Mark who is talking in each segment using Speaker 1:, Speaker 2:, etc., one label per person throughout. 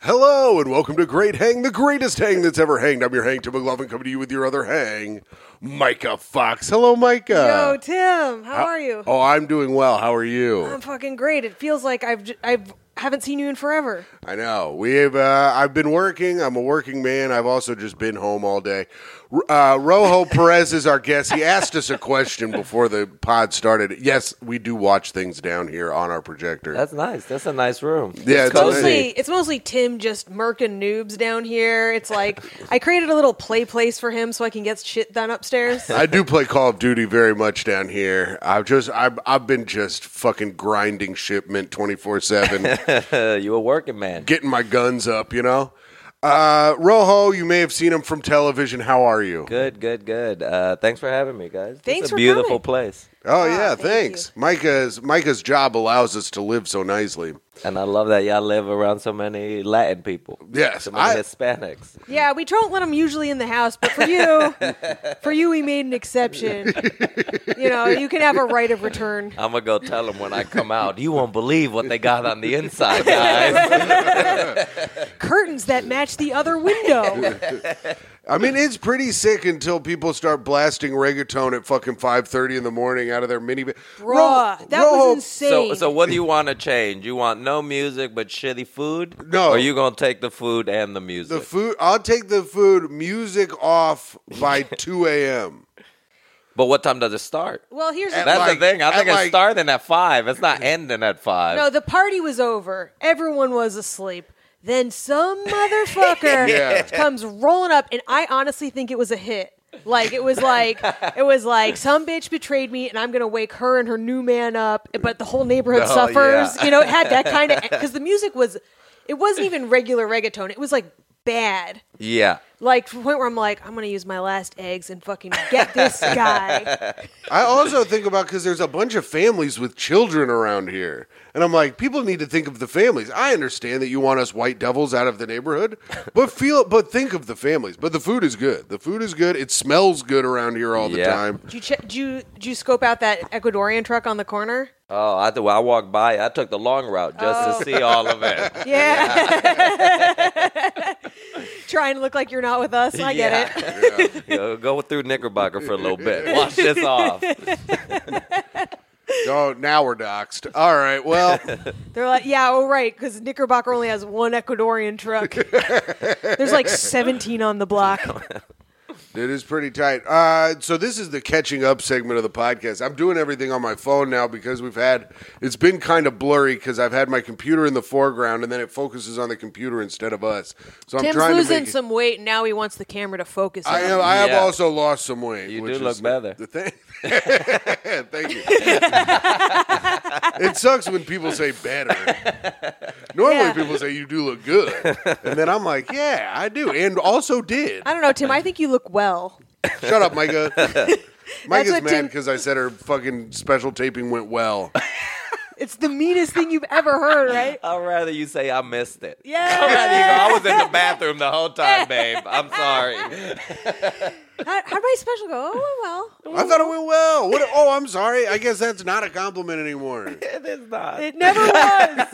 Speaker 1: Hello and welcome to Great Hang, the greatest hang that's ever hanged. I'm your hang, Tim McLaughlin, coming to you with your other hang, Micah Fox. Hello,
Speaker 2: Yo,
Speaker 1: Micah.
Speaker 2: Tim, how, are you?
Speaker 1: Oh, I'm doing well. How are you?
Speaker 2: I'm fucking great. It feels like I've j- I've haven't seen you in forever.
Speaker 1: I know. We've uh, I've been working. I'm a working man. I've also just been home all day. R- Uh, Rojo Perez is our guest. He asked us a question before the pod started. Yes, we do watch things down here on our projector.
Speaker 3: That's nice. That's a nice room.
Speaker 1: Yeah,
Speaker 3: it's
Speaker 1: it's
Speaker 3: cozy.
Speaker 2: Mostly, it's mostly Tim just murking noobs down here. It's like I created a little play place for him so I can get shit done upstairs.
Speaker 1: I do play Call of Duty very much down here. I've just I've, I've been just fucking grinding shipment 24/7.
Speaker 3: Uh, you a working man.
Speaker 1: getting my guns up, you know. Uh, Rojo, you may have seen him from television. How are you?
Speaker 3: Good, good, good. Uh, thanks for having me, guys.
Speaker 2: Thanks
Speaker 3: it's
Speaker 2: for
Speaker 3: a beautiful
Speaker 2: coming.
Speaker 3: place,
Speaker 1: Oh yeah,
Speaker 2: Ah, thank
Speaker 1: thanks. Micah's Micah's job allows us to live so nicely.
Speaker 3: and I love that y'all live around so many Latin people.
Speaker 1: Yes,
Speaker 3: so many
Speaker 1: I-
Speaker 3: Hispanics.
Speaker 2: yeah, we don't let him usually in the house, but for you, for you, we made an exception. you know, you can have a right of return.
Speaker 3: I'm gonna go tell them when I come out. You won't believe what they got on the inside, guys.
Speaker 2: Curtains that match the other window.
Speaker 1: I mean, it's pretty sick until people start blasting reggaeton at fucking five thirty in the morning out of their mini.
Speaker 2: Bruh, that
Speaker 1: Rojo-
Speaker 2: was insane.
Speaker 3: so, so what do you want to change? You want no music but shitty food?
Speaker 1: No.
Speaker 3: Or you gonna take the food and the music?
Speaker 1: The food. I'll take the food. Music off by two a.m.
Speaker 3: but what time does it start?
Speaker 2: well, here's
Speaker 1: At
Speaker 3: That's
Speaker 1: like-
Speaker 3: the thing. I
Speaker 1: at
Speaker 3: think
Speaker 1: like-
Speaker 3: it's starting at five. It's not ending at five.
Speaker 2: No, the party was over. Everyone was asleep. Then some motherfucker
Speaker 1: Yeah.
Speaker 2: comes rolling up, and I honestly think it was a hit. Like it was like it was like some bitch betrayed me, and I'm gonna wake her and her new man up. But the whole neighborhood
Speaker 3: Oh,
Speaker 2: suffers.
Speaker 3: yeah.
Speaker 2: You know, it had that kind of because the music was, it wasn't even regular reggaeton. It was like bad.
Speaker 3: Yeah.
Speaker 2: Like to the point where I'm like, I'm gonna use my last eggs and fucking get this guy.
Speaker 1: I also think about because there's a bunch of families with children around here. And I'm like, people need to think of the families. I understand that you want us white devils out of the neighborhood, but feel but think of the families. But the food is good. The food is good. It smells good around here all the
Speaker 3: Yeah.
Speaker 1: time.
Speaker 2: Did you, che- did you did you scope out that Ecuadorian truck on the corner?
Speaker 3: Oh, I well, I walked by. I took the long route just
Speaker 2: Oh.
Speaker 3: to see all of it.
Speaker 2: Yeah. Trying to look like you're not with us. I get it.
Speaker 3: You know, go through Knickerbocker for a little bit. Wash this off.
Speaker 1: Oh, now we're doxed. All right. Well,
Speaker 2: They're like, yeah, oh, right, because Knickerbocker only has one Ecuadorian truck. There's like 17 on the block.
Speaker 1: it is pretty tight. Uh, so this is the catching up segment of the podcast. I'm doing everything on my phone now because we've had it's been kind of blurry because I've had my computer in the foreground and then it focuses on the computer instead of us. So I'm
Speaker 2: Tim's
Speaker 1: trying to
Speaker 2: losing
Speaker 1: make it-
Speaker 2: some weight, and now he wants the camera to focus on
Speaker 1: I am.
Speaker 2: him.
Speaker 1: I
Speaker 3: Yeah.
Speaker 1: have also lost some weight.
Speaker 3: You
Speaker 1: which
Speaker 3: do look
Speaker 1: is
Speaker 3: better.
Speaker 1: The thing. Thank you. it sucks when people say better. Normally,
Speaker 2: Yeah.
Speaker 1: people say you do look good, and then I'm like, yeah, I do, and also did.
Speaker 2: I don't know, Tim. I think you look well.
Speaker 1: Shut up, Micah. Micah's
Speaker 2: what
Speaker 1: mad
Speaker 2: Tim-
Speaker 1: because I said her fucking special taping went well.
Speaker 2: It's the meanest thing you've ever heard, right?
Speaker 3: I'd rather you say I missed it. I'd
Speaker 2: Yeah.
Speaker 3: rather you go, I was in the bathroom the whole time, babe. I'm sorry.
Speaker 2: How, how'd my special go? Oh, well.
Speaker 1: I thought it went well. What, oh, I'm sorry. I guess that's not a compliment anymore.
Speaker 3: It is not.
Speaker 2: It never was.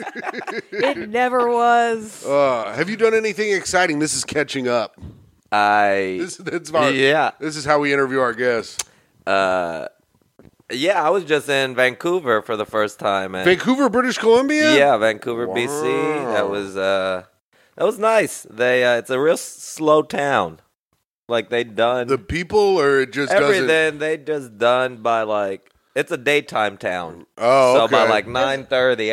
Speaker 2: It never was.
Speaker 1: Uh, have you done anything exciting? This is catching up.
Speaker 3: I
Speaker 1: This, that's our,
Speaker 3: Yeah.
Speaker 1: This is how we interview our guests.
Speaker 3: uh, yeah. I was just in Vancouver for the first time. And
Speaker 1: Vancouver, British Columbia.
Speaker 3: Yeah, Vancouver, BC. That
Speaker 1: Wow.
Speaker 3: was uh, that was nice. They uh, it's a real s- slow town. Like they done
Speaker 1: the people, or it just doesn't.
Speaker 3: everything they just done by like it's a daytime town.
Speaker 1: Oh,
Speaker 3: so by
Speaker 1: okay.
Speaker 3: like nine thirty,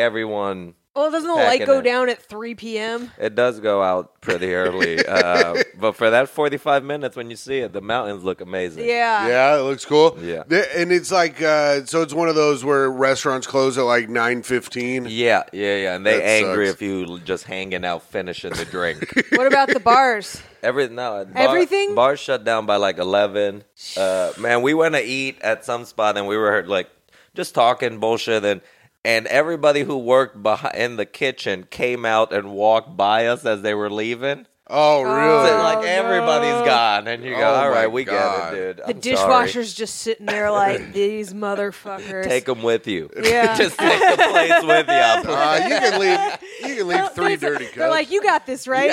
Speaker 2: Well,
Speaker 3: everyone
Speaker 2: Oh, doesn't the light
Speaker 3: Packing
Speaker 2: go
Speaker 3: it.
Speaker 2: down at 3 p.m.?
Speaker 3: it does go out pretty early. uh, but for that forty five minutes when you see it, the mountains look amazing.
Speaker 2: Yeah.
Speaker 1: Yeah, it looks cool.
Speaker 3: Yeah.
Speaker 1: Th- and it's like uh, so. It's one of those where restaurants close at like nine fifteen.
Speaker 3: Yeah, yeah, yeah, and they
Speaker 1: That
Speaker 3: angry
Speaker 1: sucks.
Speaker 3: if you l- just hanging out finishing the drink.
Speaker 2: What about the bars?
Speaker 3: Everything, no, bar,
Speaker 2: Everything?
Speaker 3: Bars shut down by like eleven. Uh, man, we went to eat at some spot and we were like just talking bullshit and and everybody who worked behind in the kitchen came out and walked by us as they were leaving.
Speaker 1: Oh,
Speaker 3: So,
Speaker 1: really?
Speaker 3: like
Speaker 2: no.
Speaker 3: everybody's gone, and you go,
Speaker 1: Oh
Speaker 3: all
Speaker 1: my
Speaker 3: right, we
Speaker 1: God.
Speaker 3: got it, dude.
Speaker 2: The
Speaker 3: I'm sorry.
Speaker 2: dishwasher's just sitting there like these motherfuckers.
Speaker 3: Take them with you.
Speaker 2: Yeah.
Speaker 3: just take the plates with you.
Speaker 1: Uh, you can leave. You can leave three dirty cups.
Speaker 2: They're like, you got this, right?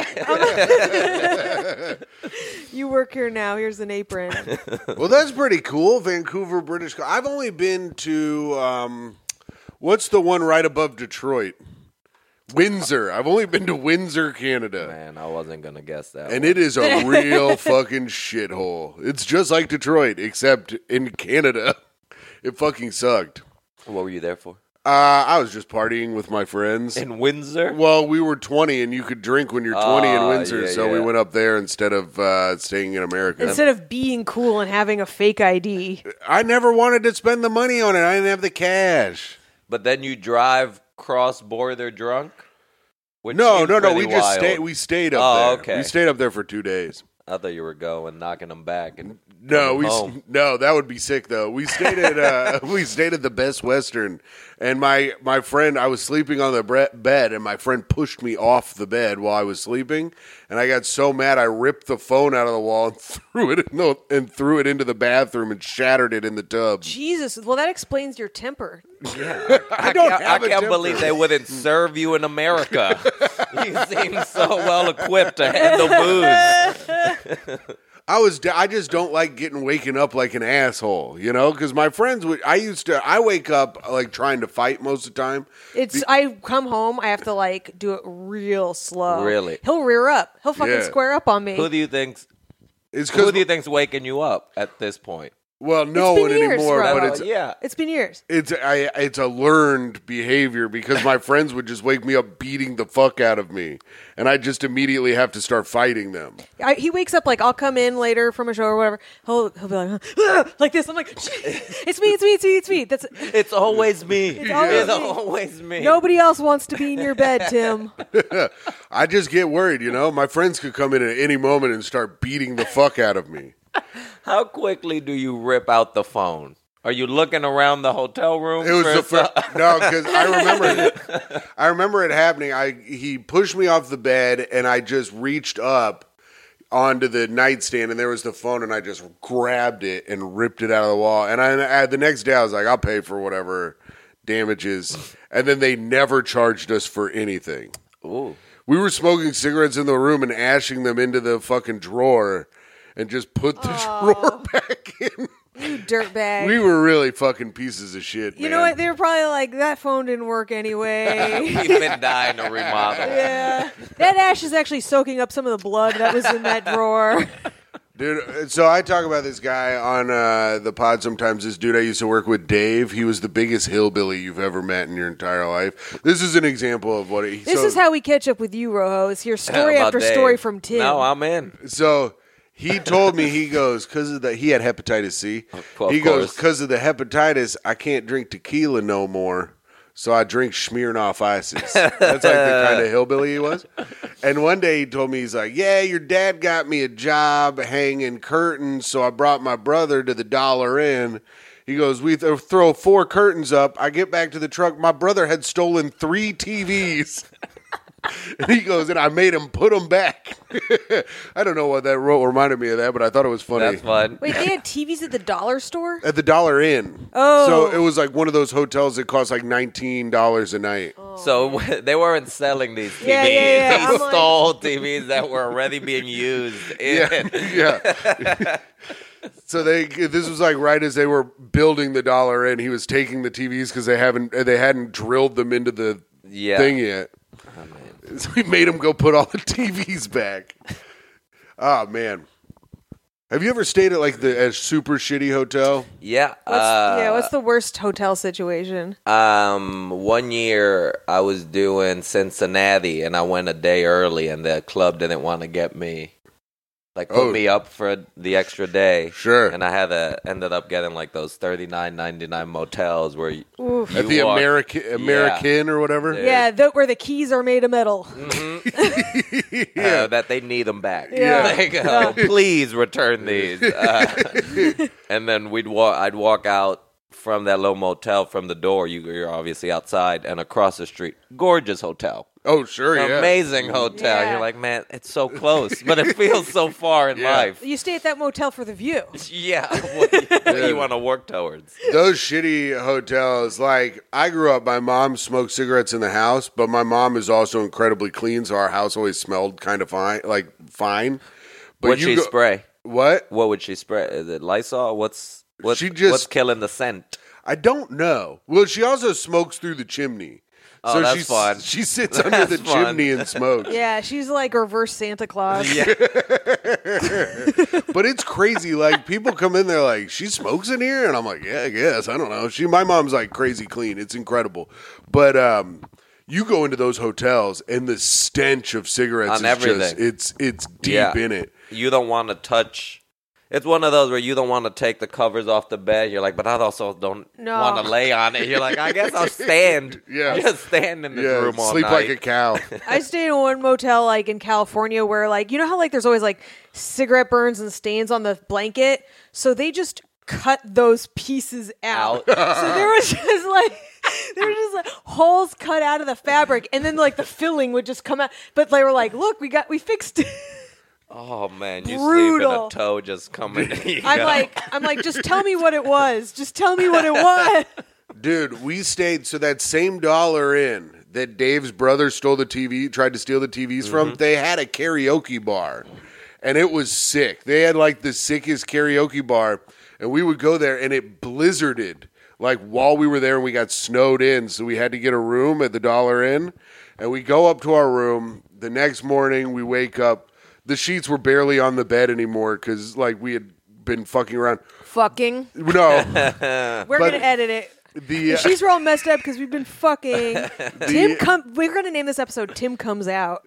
Speaker 2: I'm like- you work here now. Here's an apron.
Speaker 1: well, that's pretty cool. Vancouver, British. Col- I've only been to um, what's the one right above Detroit? Windsor. I've only been to Windsor, Canada.
Speaker 3: Man, I wasn't gonna guess that.
Speaker 1: And
Speaker 3: one.
Speaker 1: it is a real fucking shithole. It's just like Detroit, except in Canada. It fucking sucked.
Speaker 3: what were you there for?
Speaker 1: Uh, I was just partying with my friends.
Speaker 3: In Windsor.
Speaker 1: Well, we were 20, and you could drink when you're 20 in
Speaker 3: Ah,
Speaker 1: Windsor,
Speaker 3: yeah,
Speaker 1: so we
Speaker 3: yeah.
Speaker 1: went up there instead of uh, staying in America.
Speaker 2: Instead of being cool and having a fake ID,
Speaker 1: I never wanted to spend the money on it. I didn't have the cash.
Speaker 3: But then you drive cross border drunk. Which
Speaker 1: No,
Speaker 3: seems
Speaker 1: no, no.
Speaker 3: pretty
Speaker 1: We just
Speaker 3: wild.
Speaker 1: stayed. We stayed up
Speaker 3: Oh,
Speaker 1: there.
Speaker 3: okay.
Speaker 1: We stayed up there for two days.
Speaker 3: I thought you were going knocking them back. And
Speaker 1: No,
Speaker 3: coming
Speaker 1: we
Speaker 3: home.
Speaker 1: no, that would be sick though. We stayed at uh, we stayed at the Best Western, and my my friend, I was sleeping on the bre- bed, and my friend pushed me off the bed while I was sleeping, and I got so mad I ripped the phone out of the wall and threw it in the, and threw it into the bathroom and shattered it in the tub.
Speaker 2: Jesus. Well, that explains your temper.
Speaker 1: I,
Speaker 3: I
Speaker 1: don't
Speaker 3: can't, I
Speaker 1: have a
Speaker 3: can't
Speaker 1: temper.
Speaker 3: believe they wouldn't serve you in America. you seem so well equipped to handle booze.
Speaker 1: I was d- I just don't like getting waken up like an asshole, you know, because my friends would I used to I wake up like trying to fight most of the time.
Speaker 2: It's I come home, I have to like do it real slow.
Speaker 3: Really?
Speaker 2: He'll rear up. He'll fucking
Speaker 1: Yeah.
Speaker 2: square up on me.
Speaker 3: Who do you think's
Speaker 1: It's
Speaker 3: Who
Speaker 1: because
Speaker 3: do you think's waking you up at this point?
Speaker 1: well, no
Speaker 2: It's
Speaker 1: one
Speaker 2: been years,
Speaker 1: anymore,
Speaker 2: Rob.
Speaker 1: but
Speaker 3: Oh,
Speaker 1: it's
Speaker 3: yeah.
Speaker 2: it's been years.
Speaker 1: It's I, it's a learned behavior because my friends would just wake me up beating the fuck out of me, and I just immediately have to start fighting them.
Speaker 2: I, he wakes up like I'll come in later from a show or whatever. He'll he'll be like "Huh," like this. I'm like it's me, it's me, it's me, it's me. That's
Speaker 3: It's always me. It's
Speaker 2: always me.
Speaker 3: always me.
Speaker 2: nobody else wants to be in your bed, Tim.
Speaker 1: I just get worried, you know. My friends could come in at any moment and start beating the fuck out of me.
Speaker 3: How quickly do you rip out the phone? Are you looking around the hotel room?
Speaker 1: It was
Speaker 3: for
Speaker 1: the
Speaker 3: a
Speaker 1: first no, because I remember it. I remember it happening. I he pushed me off the bed, and I just reached up onto the nightstand, and there was the phone, and I just grabbed it and ripped it out of the wall. And I, I the next day, I was like, I'll pay for whatever damages. And then they never charged us for anything.
Speaker 3: sec- Ooh.
Speaker 1: We were smoking cigarettes in the room and ashing them into the fucking drawer, and just put the drawer back in.
Speaker 2: You dirtbag.
Speaker 1: We were really fucking pieces of shit.
Speaker 2: you know
Speaker 1: man.
Speaker 2: what? They were probably like that phone didn't work anyway.
Speaker 3: We've been dying to remodel.
Speaker 2: yeah, that ash is actually soaking up some of the blood that was in that drawer.
Speaker 1: Dude, so I talk about this guy on uh, the pod sometimes. This dude I used to work with, Dave. He was the biggest hillbilly you've ever met in your entire life. This is an example of what he.
Speaker 2: This
Speaker 1: so,
Speaker 2: is how we catch up with you, Rojo. Is hear story
Speaker 3: About
Speaker 2: after
Speaker 3: Dave.
Speaker 2: story from Tim.
Speaker 3: No, I'm in.
Speaker 1: So he told me he goes because of the he had hepatitis C.
Speaker 3: co- of
Speaker 1: he goes
Speaker 3: course.
Speaker 1: because of the hepatitis. I can't drink tequila no more. So I drink Smirnoff ices. That's like the kind of hillbilly he was. And one day he told me he's like, "Yeah, your dad got me a job hanging curtains, so I brought my brother to the Dollar Inn." He goes, "We th- throw four curtains up. I get back to the truck. My brother had stolen three TVs." And he goes, and I made him put them back. I don't know what that wrote reminded me of that, but I thought it was funny.
Speaker 3: That's fun.
Speaker 2: Wait, they had TVs at the dollar store?
Speaker 1: At the Dollar Inn.
Speaker 2: Oh.
Speaker 1: So it was like one of those hotels that cost like $19 a night.
Speaker 3: Oh. So they weren't selling these TVs.
Speaker 2: Yeah, yeah, yeah.
Speaker 3: They
Speaker 2: I'm like-
Speaker 3: stole TVs that were already being used. In.
Speaker 1: Yeah. yeah. so they this was like right as they were building the Dollar Inn, he was taking the TVs cuz they haven't they hadn't drilled them into the
Speaker 3: Yeah. Oh,
Speaker 1: thing yet. So we made him go put all the TVs back. Oh man. Have you ever stayed at like the a super shitty hotel?
Speaker 3: Yeah.
Speaker 2: What's,
Speaker 3: uh,
Speaker 2: yeah, what's the worst hotel situation?
Speaker 3: Um, one year I was doing Cincinnati and I went a day early and the club didn't want to get me like put
Speaker 1: Oh.
Speaker 3: me up for the extra day.
Speaker 1: Sure.
Speaker 3: And I had a ended up getting like those thirty nine ninety nine motels where you,
Speaker 2: Oof.
Speaker 1: At the
Speaker 3: You are-
Speaker 1: American American or whatever?
Speaker 3: Yeah.
Speaker 2: Yeah, Mm. the, where the keys are made of metal.
Speaker 3: uh, that they need them back.
Speaker 2: Yeah.
Speaker 3: Like, uh, please return these. Uh, and then we'd walk. I'd walk out from that little motel from the door. You, you're obviously outside and across the street, gorgeous hotel.
Speaker 1: Oh, sure, yeah.
Speaker 3: Amazing hotel.
Speaker 2: Yeah.
Speaker 3: You're like, man, it's so close, but it feels so far in
Speaker 1: Yeah.
Speaker 3: life.
Speaker 2: You stay at that motel for the view.
Speaker 3: Yeah, what you,
Speaker 1: Yeah.
Speaker 3: want to work towards.
Speaker 1: Those shitty hotels, like I grew up, my mom smoked cigarettes in the house, but my mom is also incredibly clean, so our house always smelled kind of fine, like fine. But
Speaker 3: Would she
Speaker 1: go-
Speaker 3: spray?
Speaker 1: What?
Speaker 3: What would she spray? Is it Lysol? What's what's,
Speaker 1: She just-
Speaker 3: what's killing the scent?
Speaker 1: I don't know. Well, she also smokes through the chimney.
Speaker 3: Oh,
Speaker 1: so
Speaker 3: that's
Speaker 1: she, s-
Speaker 3: fun.
Speaker 1: She sits under the
Speaker 3: That's fun.
Speaker 1: chimney and smokes.
Speaker 2: Yeah, she's like reverse Santa Claus.
Speaker 3: Yeah,
Speaker 1: But it's crazy. Like people come in there, like she smokes in here, and I'm like, yeah, I guess I don't know. She, my mom's like crazy clean. It's incredible. But um, you go into those hotels, and the stench of cigarettes
Speaker 3: On
Speaker 1: is just
Speaker 3: everything.
Speaker 1: it's it's deep
Speaker 3: Yeah.
Speaker 1: in it.
Speaker 3: you don't want to touch. It's one of those where you don't want to take the covers off the bed. You're like, but I also don't
Speaker 2: No.
Speaker 3: want to lay on it. You're like, I guess I'll stand.
Speaker 1: Yeah.
Speaker 3: just stand in this
Speaker 1: Yeah,
Speaker 3: room all
Speaker 1: sleep
Speaker 3: night.
Speaker 1: like a cow.
Speaker 2: I stayed in one motel like in California where like you know how like there's always like cigarette burns and stains on the blanket, so they just cut those pieces out. so there was just like there was just like holes cut out of the fabric, and then like the filling would just come out. But they were like, "Look, we got we fixed." it.
Speaker 3: oh man, you sleep in
Speaker 2: Brutal.
Speaker 3: a toe just coming. You
Speaker 2: I'm
Speaker 3: gotta-
Speaker 2: like I'm like just tell me what it was. Just tell me what it was.
Speaker 1: Dude, we stayed so that same dollar in that Dave's brother stole the TV, tried to steal the TVs from, they had a karaoke bar. And it was sick. They had like the sickest karaoke bar. And we would go there and it blizzarded like while we were there and we got snowed in. So we had to get a room at the dollar in. And we go up to our room. The next morning we wake up. The sheets were barely on the bed anymore because like we had been fucking around.
Speaker 2: Fucking.
Speaker 1: No,
Speaker 2: We're
Speaker 1: But-
Speaker 2: gonna edit it.
Speaker 1: the uh,
Speaker 2: The sheets were all messed up because we've been fucking. Tim, come. We're gonna name this episode "Tim Comes Out."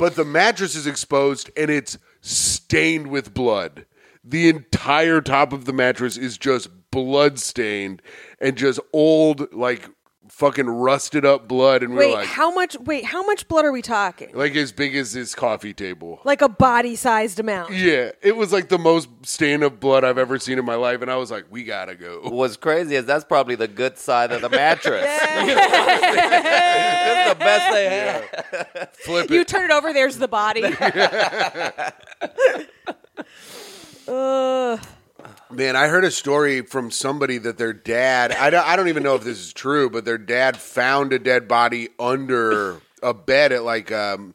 Speaker 1: but the mattress is exposed and it's stained with blood. The entire top of the mattress is just blood stained and just old, like fucking rusted up blood. And we're
Speaker 2: Wait,
Speaker 1: like,
Speaker 2: how much? Wait, how much blood are we talking?
Speaker 1: like as big as this coffee table.
Speaker 2: Like a body-sized amount.
Speaker 1: Yeah, it was like the most stain of blood I've ever seen in my life, and I was like, "We gotta go."
Speaker 3: What's crazy is that's probably the good side of the mattress. That's the best they have.
Speaker 1: Flip
Speaker 2: You
Speaker 1: it.
Speaker 2: turn it over. There's the body. Ugh.
Speaker 1: Man, I heard a story from somebody that their dad, I don't, I don't even know if this is true, but their dad found a dead body under a bed at like um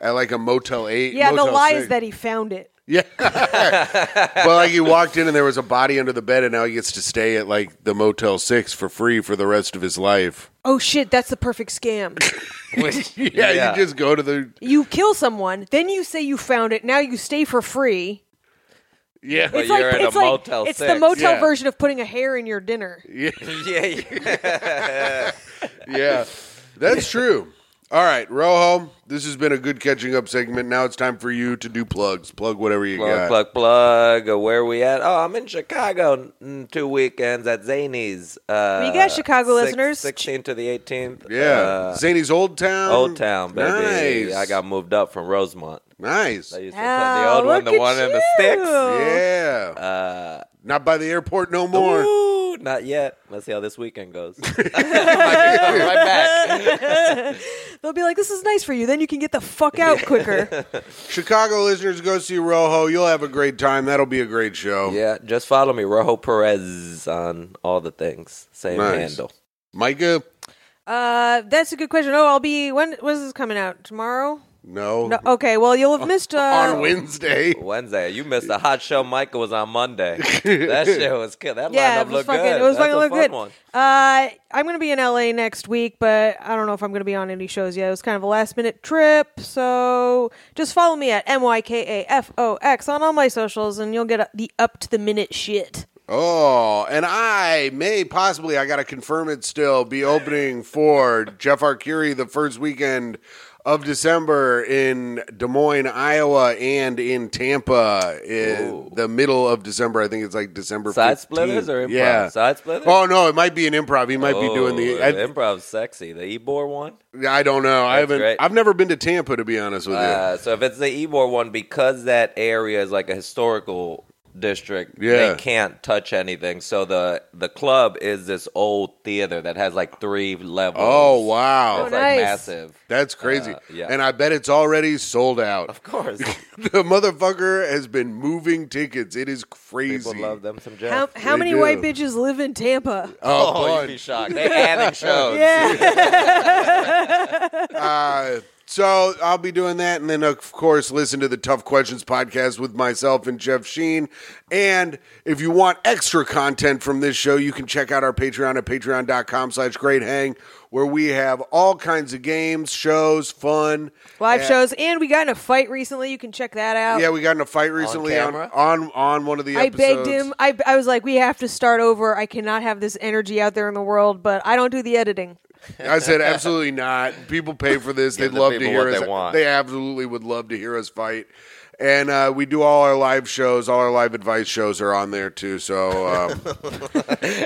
Speaker 1: at like a Motel 8.
Speaker 2: yeah, the
Speaker 1: Motel
Speaker 2: lie
Speaker 1: 6.
Speaker 2: is that he found it.
Speaker 1: Yeah. but like he walked in and there was a body under the bed and now he gets to stay at like the Motel 6 for free for the rest of his life.
Speaker 2: Oh shit, that's the perfect scam.
Speaker 3: Which-
Speaker 1: Yeah, you just go to the
Speaker 2: you kill someone, then you say you found it. Now you stay for free.
Speaker 1: Yeah.
Speaker 2: It's
Speaker 3: you're
Speaker 2: like
Speaker 3: at a
Speaker 2: it's like
Speaker 3: Motel
Speaker 2: it's the
Speaker 3: Six.
Speaker 2: motel
Speaker 1: Yeah.
Speaker 2: version of putting a hair in your dinner.
Speaker 3: yeah, yeah.
Speaker 1: yeah. That's true. All right, Rojo, this has been a good catching up segment. Now it's time for you to do plugs. Plug whatever you
Speaker 3: Plug,
Speaker 1: got.
Speaker 3: plug, plug. Uh, Where we at? Oh, I'm in Chicago in two weekends at Zany's. Uh,
Speaker 2: We got Chicago listeners.
Speaker 3: 16th to the 18th.
Speaker 1: Yeah,
Speaker 3: Uh,
Speaker 1: Zany's Old Town.
Speaker 3: Old Town, baby.
Speaker 1: Nice.
Speaker 3: I got moved up from Rosemont.
Speaker 1: nice.
Speaker 3: I used to play the
Speaker 2: Oh,
Speaker 3: old one,
Speaker 2: look
Speaker 3: the one
Speaker 2: at
Speaker 3: in the
Speaker 2: you.
Speaker 3: sticks.
Speaker 1: Yeah,
Speaker 3: Uh,
Speaker 1: not by the airport no more.
Speaker 3: ooh, not yet. Let's see how this weekend goes. I might be coming right back.
Speaker 2: They'll be like, "This is nice for you." Then you can get the fuck out quicker.
Speaker 1: Chicago listeners, go see Rojo. You'll have a great time. That'll be a great show.
Speaker 3: Yeah, just follow me, Rojo Perez, on all the things. Same
Speaker 1: Nice.
Speaker 3: handle.
Speaker 1: Micah,
Speaker 2: uh, that's a good question. Oh, I'll be when was this coming out? Tomorrow?
Speaker 1: no,
Speaker 2: No. Okay. Well, you'll have missed. Uh,
Speaker 1: on Wednesday.
Speaker 3: Wednesday, you missed a hot show. Michael was on Monday. That shit was good. That
Speaker 2: yeah,
Speaker 3: lineup
Speaker 2: it was
Speaker 3: looked
Speaker 2: fucking.
Speaker 3: good.
Speaker 2: It was
Speaker 3: That's
Speaker 2: fucking
Speaker 3: a
Speaker 2: look
Speaker 3: fun
Speaker 2: good.
Speaker 3: One.
Speaker 2: Uh, I'm gonna be in LA next week, but I don't know if I'm gonna be on any shows yet. It was kind of a last minute trip, so just follow me at m y k a f o x on all my socials, and you'll get the up to the minute shit.
Speaker 1: Oh, and I may possibly, I got to confirm it still, be opening for Jeff R. Curie the first weekend of December in Des Moines, Iowa, and in Tampa in the middle of December. I think it's like December
Speaker 3: Side
Speaker 1: 15th.
Speaker 3: splitters or improv?
Speaker 1: Yeah.
Speaker 3: Side splitters?
Speaker 1: Oh, no, it might be an improv. He might be doing the.
Speaker 3: Oh,
Speaker 1: I,
Speaker 3: improv sexy. The Ebor one.
Speaker 1: I don't know. I haven't.
Speaker 3: great.
Speaker 1: I've never been to Tampa, to be honest with you.
Speaker 3: Uh, so if it's the Ebor one, because that area is like a historical district.
Speaker 1: Yeah.
Speaker 3: They can't touch anything. So the the club is this old theater that has like three levels.
Speaker 1: Oh wow,
Speaker 2: Oh,
Speaker 3: It's
Speaker 2: nice.
Speaker 3: like massive.
Speaker 1: that's crazy.
Speaker 3: Uh, yeah.
Speaker 1: And I bet it's already sold out.
Speaker 3: Of course.
Speaker 1: the motherfucker has been moving tickets. It is crazy.
Speaker 3: People love them some
Speaker 2: How,
Speaker 3: Jeff.
Speaker 2: how
Speaker 1: They
Speaker 2: many
Speaker 1: do.
Speaker 2: white bitches live in Tampa?
Speaker 1: Oh,
Speaker 3: oh,
Speaker 1: bunch.
Speaker 3: you'd be shocked. They adding shows.
Speaker 2: Yeah.
Speaker 1: Uh, so I'll be doing that, and then of course listen to the Tough Questions podcast with myself and Jeff Sheen. And if you want extra content from this show, you can check out our Patreon at patreon.com/slash Great Hang, where we have all kinds of games, shows, fun.
Speaker 2: Live
Speaker 1: And-
Speaker 2: shows. And we got in a fight recently. You can check that out.
Speaker 1: Yeah, we got in a fight recently on
Speaker 3: camera?
Speaker 1: on, on, one of the.
Speaker 2: I
Speaker 1: episodes.
Speaker 2: begged him. I, I was like, we have to start over. I cannot have this energy out there in the world, but I don't do the editing.
Speaker 1: I said, absolutely not. People pay for this. They'd
Speaker 3: Give the
Speaker 1: love to
Speaker 3: people
Speaker 1: hear
Speaker 3: what
Speaker 1: us.
Speaker 3: they want.
Speaker 1: absolutely would love to hear us fight. And uh, we do all our live shows. All our live advice shows are on there too. So um,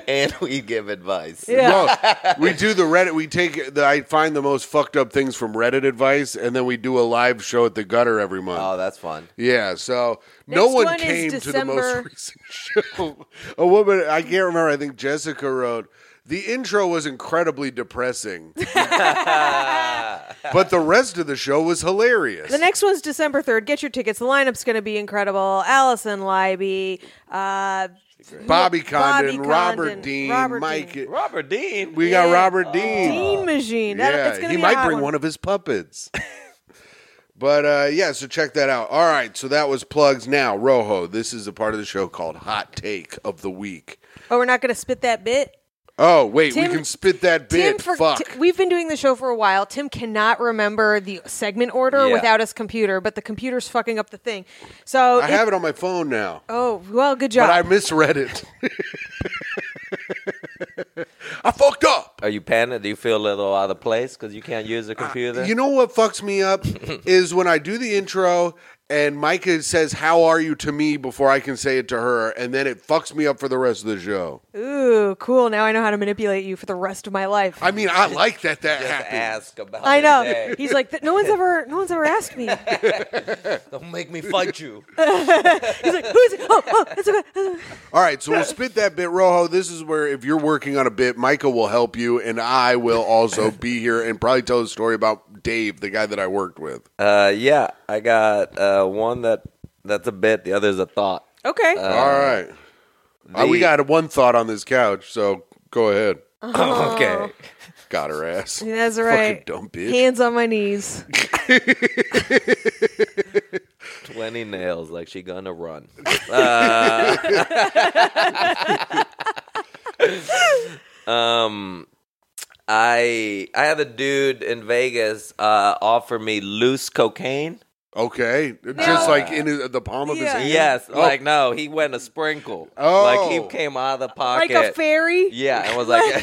Speaker 3: And we give advice.
Speaker 2: Yeah.
Speaker 1: well, we do the Reddit. We take. The, I find the most fucked up things from Reddit advice, and then we do a live show at the gutter every month.
Speaker 3: Oh, that's fun.
Speaker 1: Yeah, so no
Speaker 2: Next
Speaker 1: one,
Speaker 2: one is
Speaker 1: came to the
Speaker 2: December.
Speaker 1: most recent show. A woman, I can't remember, I think Jessica wrote, the intro was incredibly depressing. but the rest of the show was hilarious.
Speaker 2: The next one's December 3rd. Get your tickets. The lineup's going to be incredible. Allison Leiby, uh,
Speaker 1: Bobby Condon,
Speaker 2: Bobby
Speaker 1: Robert
Speaker 2: Condon,
Speaker 1: Dean,
Speaker 2: Robert
Speaker 1: Mike.
Speaker 2: Dean. Oh,
Speaker 3: Robert Dean.
Speaker 1: We got Robert Dean.
Speaker 2: Dean Machine. That- it's
Speaker 1: Oh, Yeah,
Speaker 2: gonna
Speaker 1: he
Speaker 2: be a
Speaker 1: might
Speaker 2: hot
Speaker 1: bring one of his puppets. but uh, yeah, so check that out. All right, so that was plugs. Now, Rojo, this is a part of the show called Hot Take of the Week.
Speaker 2: Oh, we're not going to spit that bit?
Speaker 1: Oh wait,
Speaker 2: Tim-
Speaker 1: we can spit that bit.
Speaker 2: for,
Speaker 1: Fuck.
Speaker 2: Ti- we've been doing the show for a while. Tim cannot remember the segment order
Speaker 3: Yeah.
Speaker 2: without his computer, but the computer's fucking up the thing. So,
Speaker 1: I
Speaker 2: it-
Speaker 1: have it on my phone now,
Speaker 2: oh, well, good job.
Speaker 1: but I misread it. I fucked up.
Speaker 3: Are you panicked? Do you feel a little out of place because you can't use the computer?
Speaker 1: You know what fucks me up is when I do the intro and Micah says "How are you?" to me before I can say it to her, and then it fucks me up for the rest of the show.
Speaker 2: Ooh, cool. Now I know how to manipulate you for the rest of my life.
Speaker 1: I mean, I like that that
Speaker 3: Just
Speaker 1: happened.
Speaker 3: ask about
Speaker 2: I
Speaker 3: it.
Speaker 2: know.
Speaker 3: Hey,
Speaker 2: He's like, no one's ever, no one's ever asked me. He's
Speaker 3: Don't make me fight you.
Speaker 2: like, who's? Oh, oh, it's okay.
Speaker 1: All right, so we'll spit that bit, Rojo. This is where if you're working on a bit, Micah will help you, and I will also be here and probably tell a story about Dave, the guy that I worked with.
Speaker 3: Uh, yeah, I got uh, one that that's a bit. The other is a thought.
Speaker 2: Okay.
Speaker 1: All right. Uh, we
Speaker 3: Uh, the-
Speaker 1: got one thought on this couch, so go ahead.
Speaker 2: Oh.
Speaker 3: okay.
Speaker 1: Got her ass.
Speaker 2: That's right.
Speaker 1: Fucking dumb bitch.
Speaker 2: Hands on my knees.
Speaker 3: 20 nails like she gonna run. Uh, um I I had a dude in Vegas uh offer me loose cocaine.
Speaker 1: okay. Just like in his, the palm of his
Speaker 2: Yeah.
Speaker 1: hand.
Speaker 3: Yes,
Speaker 1: Oh.
Speaker 3: like no, he went a sprinkle.
Speaker 1: Oh.
Speaker 3: Like he came out of the
Speaker 2: Like
Speaker 3: pocket.
Speaker 2: a fairy.
Speaker 3: yeah, and was like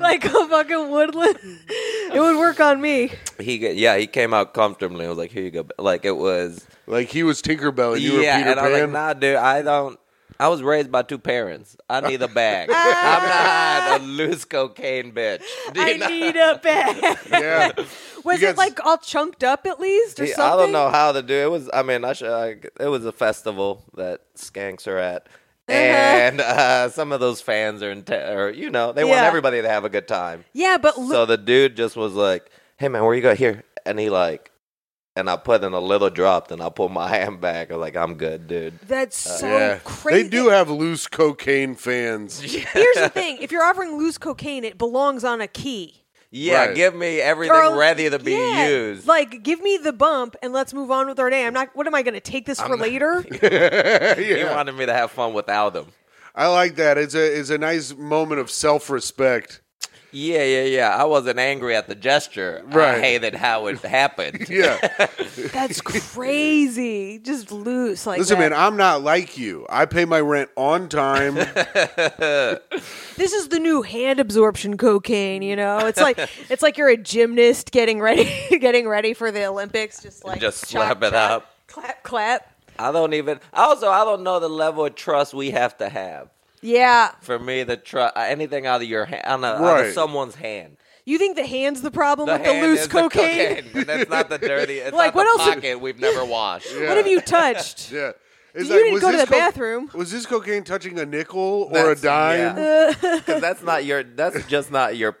Speaker 2: like a fucking woodland. It would work on me.
Speaker 3: he g- yeah, he came out comfortably. I was like, "Here you go." Like it was
Speaker 1: Like he was Tinkerbell and you
Speaker 3: yeah,
Speaker 1: were Peter
Speaker 3: and I was
Speaker 1: Pan.
Speaker 3: like, nah, dude, I don't. I was raised by two parents. I need a bag. I'm not a loose cocaine bitch. Do you
Speaker 2: I
Speaker 3: know?
Speaker 2: need a bag.
Speaker 1: yeah.
Speaker 2: Was
Speaker 1: You
Speaker 2: it
Speaker 1: guys-
Speaker 2: like all chunked up at least or
Speaker 3: Yeah,
Speaker 2: something?
Speaker 3: I don't know how to do it. Was I mean, I should. I, it was a festival that skanks are at,
Speaker 2: Uh-huh.
Speaker 3: and uh, some of those fans are, in te- or you know, they want
Speaker 2: Yeah.
Speaker 3: everybody to have a good time.
Speaker 2: Yeah, but look.
Speaker 3: So the dude just was like, "Hey man, where you go here?" And he like, and I put in a little drop, and I pulled my hand back. I was like, "I'm good, dude."
Speaker 2: that's so
Speaker 1: uh, yeah.
Speaker 2: crazy.
Speaker 1: They do have loose cocaine fans.
Speaker 2: Here's the thing: if you're offering loose cocaine, it belongs on a key.
Speaker 3: Yeah,
Speaker 1: Right.
Speaker 3: give me everything
Speaker 2: Or-
Speaker 3: ready to be
Speaker 2: Yeah.
Speaker 3: used.
Speaker 2: Like, give me the bump and let's move on with our day. I'm not. What am I going to take this for later?
Speaker 3: He
Speaker 1: Yeah.
Speaker 3: wanted me to have fun without him.
Speaker 1: I like that. It's a it's a nice moment of self respect.
Speaker 3: Yeah, yeah, yeah. I wasn't angry at the gesture.
Speaker 1: Right.
Speaker 3: I hated how it happened.
Speaker 1: Yeah.
Speaker 2: That's crazy. Just loose like
Speaker 1: Listen,
Speaker 2: that.
Speaker 1: man, I'm not like you. I pay my rent on time.
Speaker 2: this is the new hand absorption cocaine. You know, it's like it's like you're a gymnast getting ready, getting ready for the Olympics. Just like
Speaker 3: just
Speaker 2: chop,
Speaker 3: slap it
Speaker 2: chop,
Speaker 3: up.
Speaker 2: clap, clap.
Speaker 3: I don't even. Also, I don't know the level of trust we have to have.
Speaker 2: Yeah,
Speaker 3: For me, the trust anything out of your hand, out of, out
Speaker 1: Right.
Speaker 3: of someone's hand.
Speaker 2: you think the hand's the problem
Speaker 3: The
Speaker 2: with
Speaker 3: hand
Speaker 2: the loose
Speaker 3: is
Speaker 2: cocaine?
Speaker 3: The cocaine. That's not the dirty. It's
Speaker 2: Like,
Speaker 3: not
Speaker 2: what
Speaker 3: the
Speaker 2: else-
Speaker 3: pocket we've never washed.
Speaker 2: What have you touched?
Speaker 1: yeah. It's
Speaker 2: You didn't
Speaker 1: was
Speaker 2: go to
Speaker 1: this
Speaker 2: the bathroom.
Speaker 1: Was this cocaine touching a nickel or
Speaker 3: That's-
Speaker 1: a dime? Yeah.
Speaker 3: Because that's not your. That's just not your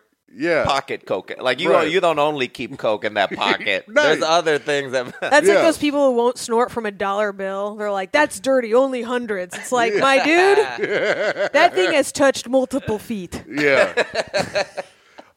Speaker 3: pocket coke. Like you,
Speaker 1: Right.
Speaker 3: don't, you don't only keep coke in that pocket.
Speaker 1: Right.
Speaker 3: There's other things that.
Speaker 2: That's
Speaker 1: Yeah.
Speaker 2: like those people who won't snort from a dollar bill. They're like, that's dirty, only hundreds. It's like, my dude, that thing has touched multiple feet.
Speaker 1: Yeah.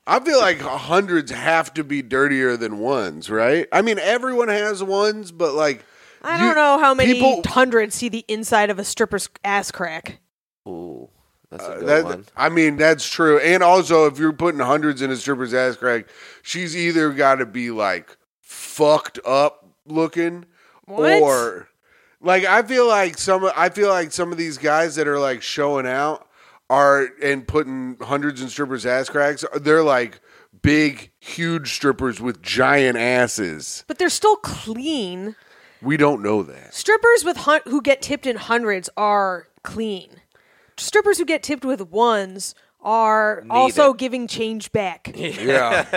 Speaker 1: I feel like hundreds have to be dirtier than ones, right? I mean, everyone has ones, but like,
Speaker 2: I
Speaker 1: you-
Speaker 2: don't know how many
Speaker 1: people-
Speaker 2: hundreds see the inside of a stripper's ass crack.
Speaker 3: Ooh, that's a
Speaker 1: Uh,
Speaker 3: good
Speaker 1: that-
Speaker 3: one.
Speaker 1: I mean, that's true. And also, if you're putting hundreds in a stripper's ass crack, she's either got to be like fucked up looking,
Speaker 2: What?
Speaker 1: or like I feel like some. I feel like some of these guys that are like showing out are and putting hundreds in strippers' ass cracks. They're like big, huge strippers with giant asses.
Speaker 2: But they're still clean.
Speaker 1: We don't know that.
Speaker 2: Strippers with hun- who get tipped in hundreds are clean. Strippers who get tipped with ones are also giving change back.
Speaker 1: Yeah,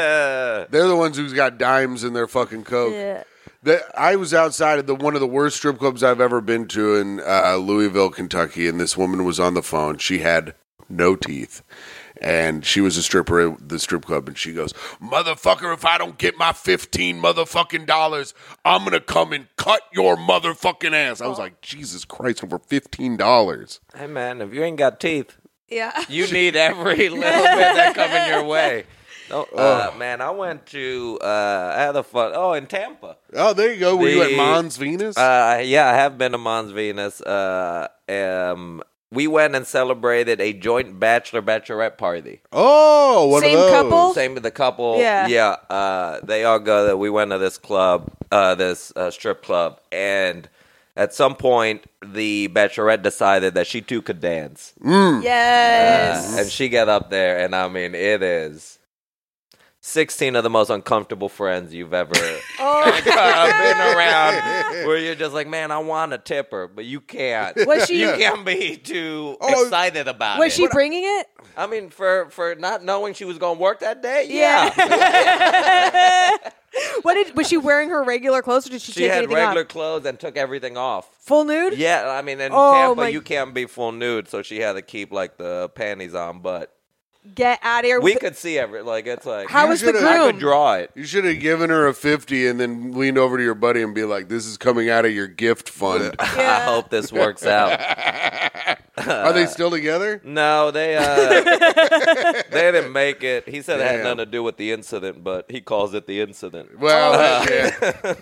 Speaker 1: they're the ones who's got dimes in their fucking coke.
Speaker 2: Yeah.
Speaker 1: That I was outside of the one of the worst strip clubs I've ever been to in uh, Louisville, Kentucky, and this woman was on the phone. She had no teeth, and she was a stripper at the strip club. And she goes, "Motherfucker, if I don't get my fifteen motherfucking dollars, I'm gonna come and cut your motherfucking ass." I was like, "Jesus Christ, over fifteen dollars."
Speaker 3: Hey man, if you ain't got teeth,
Speaker 2: Yeah.
Speaker 3: you need every little bit that coming your way.
Speaker 1: Oh.
Speaker 3: No, uh, man, I went to uh, I had a fun. Oh, in Tampa.
Speaker 1: Oh, there you go. Were you at
Speaker 3: The-
Speaker 1: Mons Venus?
Speaker 3: Uh, yeah, I have been to Mons Venus. Uh, um, we went and celebrated a joint bachelor bachelorette party.
Speaker 1: oh, one
Speaker 2: same
Speaker 1: of those.
Speaker 2: couple?
Speaker 3: Same with the couple.
Speaker 2: Yeah.
Speaker 3: Uh, they all go that we went to this club, uh, this uh, strip club, and at some point the bachelorette decided that she too could dance,
Speaker 2: Yes.
Speaker 3: Uh, and she got up there, and I mean it is. 16 of the most uncomfortable friends you've ever Uh,
Speaker 2: oh.
Speaker 3: been around where you're just like, man, I want to tip her, but you can't.
Speaker 2: Oh, Was she-
Speaker 3: you can't be too
Speaker 1: Oh,
Speaker 3: excited about
Speaker 2: Was
Speaker 3: it.
Speaker 2: she bringing it?
Speaker 3: I mean, for, for not knowing she was going to work that day?
Speaker 2: Yeah.
Speaker 3: Yeah.
Speaker 2: What did was she wearing her regular clothes or did she,
Speaker 3: She
Speaker 2: take
Speaker 3: had
Speaker 2: anything
Speaker 3: regular
Speaker 2: off?
Speaker 3: clothes and took everything off.
Speaker 2: Full nude?
Speaker 3: Yeah, I mean, in
Speaker 2: Oh,
Speaker 3: Tampa,
Speaker 2: my-
Speaker 3: you can't be full nude, so she had to keep like the panties on. But
Speaker 2: Get out of here.
Speaker 3: we could see every like it's like
Speaker 2: How
Speaker 1: You
Speaker 2: was the
Speaker 1: should've- I
Speaker 3: I
Speaker 2: groom?
Speaker 3: could draw it.
Speaker 1: You should have given her a 50 and then leaned over to your buddy and be like, this is coming out of your gift fund.
Speaker 2: Yeah.
Speaker 3: I hope this works out.
Speaker 1: Are they still together?
Speaker 3: No, they uh they didn't make it. He said it had
Speaker 1: Damn.
Speaker 3: nothing to do with the incident, but he calls it the incident.
Speaker 1: Well,
Speaker 3: Oh.
Speaker 1: yeah.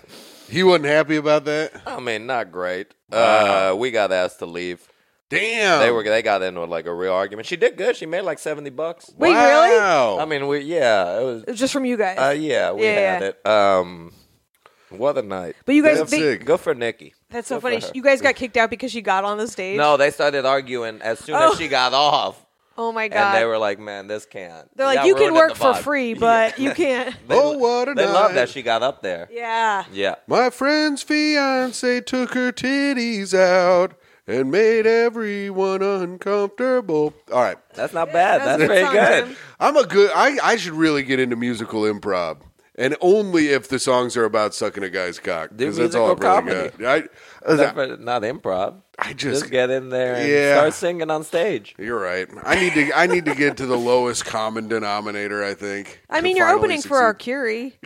Speaker 1: he wasn't happy about that.
Speaker 3: I mean, not great. Uh we got asked to leave.
Speaker 1: Damn.
Speaker 2: Oh.
Speaker 3: They were they got into like a real argument. She did good. She made like 70 bucks.
Speaker 2: Wait, really?
Speaker 1: Wow.
Speaker 3: I mean, we yeah, it was
Speaker 2: It was just from you guys.
Speaker 3: Uh, yeah, we
Speaker 2: Yeah, yeah.
Speaker 3: had it. Um, what a night!
Speaker 2: but you guys
Speaker 1: That's
Speaker 2: they-
Speaker 1: sick.
Speaker 3: Go for Nikki.
Speaker 2: that's so funny. You guys got kicked out because you got on the stage?
Speaker 3: No, they started arguing as soon
Speaker 2: Oh.
Speaker 3: as she got off,
Speaker 2: Oh my
Speaker 3: and
Speaker 2: god.
Speaker 3: they were like, "Man, this can't."
Speaker 2: They're like,
Speaker 3: Y'all
Speaker 2: you can
Speaker 3: ruining
Speaker 2: work
Speaker 3: the
Speaker 2: for
Speaker 3: vibe."
Speaker 2: free, but you can't.
Speaker 3: They,
Speaker 1: Oh, what a
Speaker 3: They love
Speaker 1: night.
Speaker 3: that she got up there.
Speaker 2: Yeah.
Speaker 3: Yeah,
Speaker 1: My friend's fiance took her titties out and made everyone uncomfortable. All right.
Speaker 3: that's not bad.
Speaker 2: that's
Speaker 3: That's,
Speaker 2: a good
Speaker 3: very
Speaker 2: song,
Speaker 3: good.
Speaker 2: Tim.
Speaker 1: I'm a good, I, I should really get into musical improv. And only if the songs are about sucking a guy's cock. Because that's all
Speaker 3: musical
Speaker 1: I've really got. I,
Speaker 3: Except for not improv.
Speaker 1: I
Speaker 3: Just,
Speaker 1: just,
Speaker 3: get in there and
Speaker 1: Yeah.
Speaker 3: start singing on stage.
Speaker 1: You're right. I need to. I need to get to the lowest common denominator. I think.
Speaker 2: I
Speaker 1: to
Speaker 2: mean, you're
Speaker 1: finally
Speaker 2: opening for our
Speaker 1: succeed.
Speaker 2: Curie.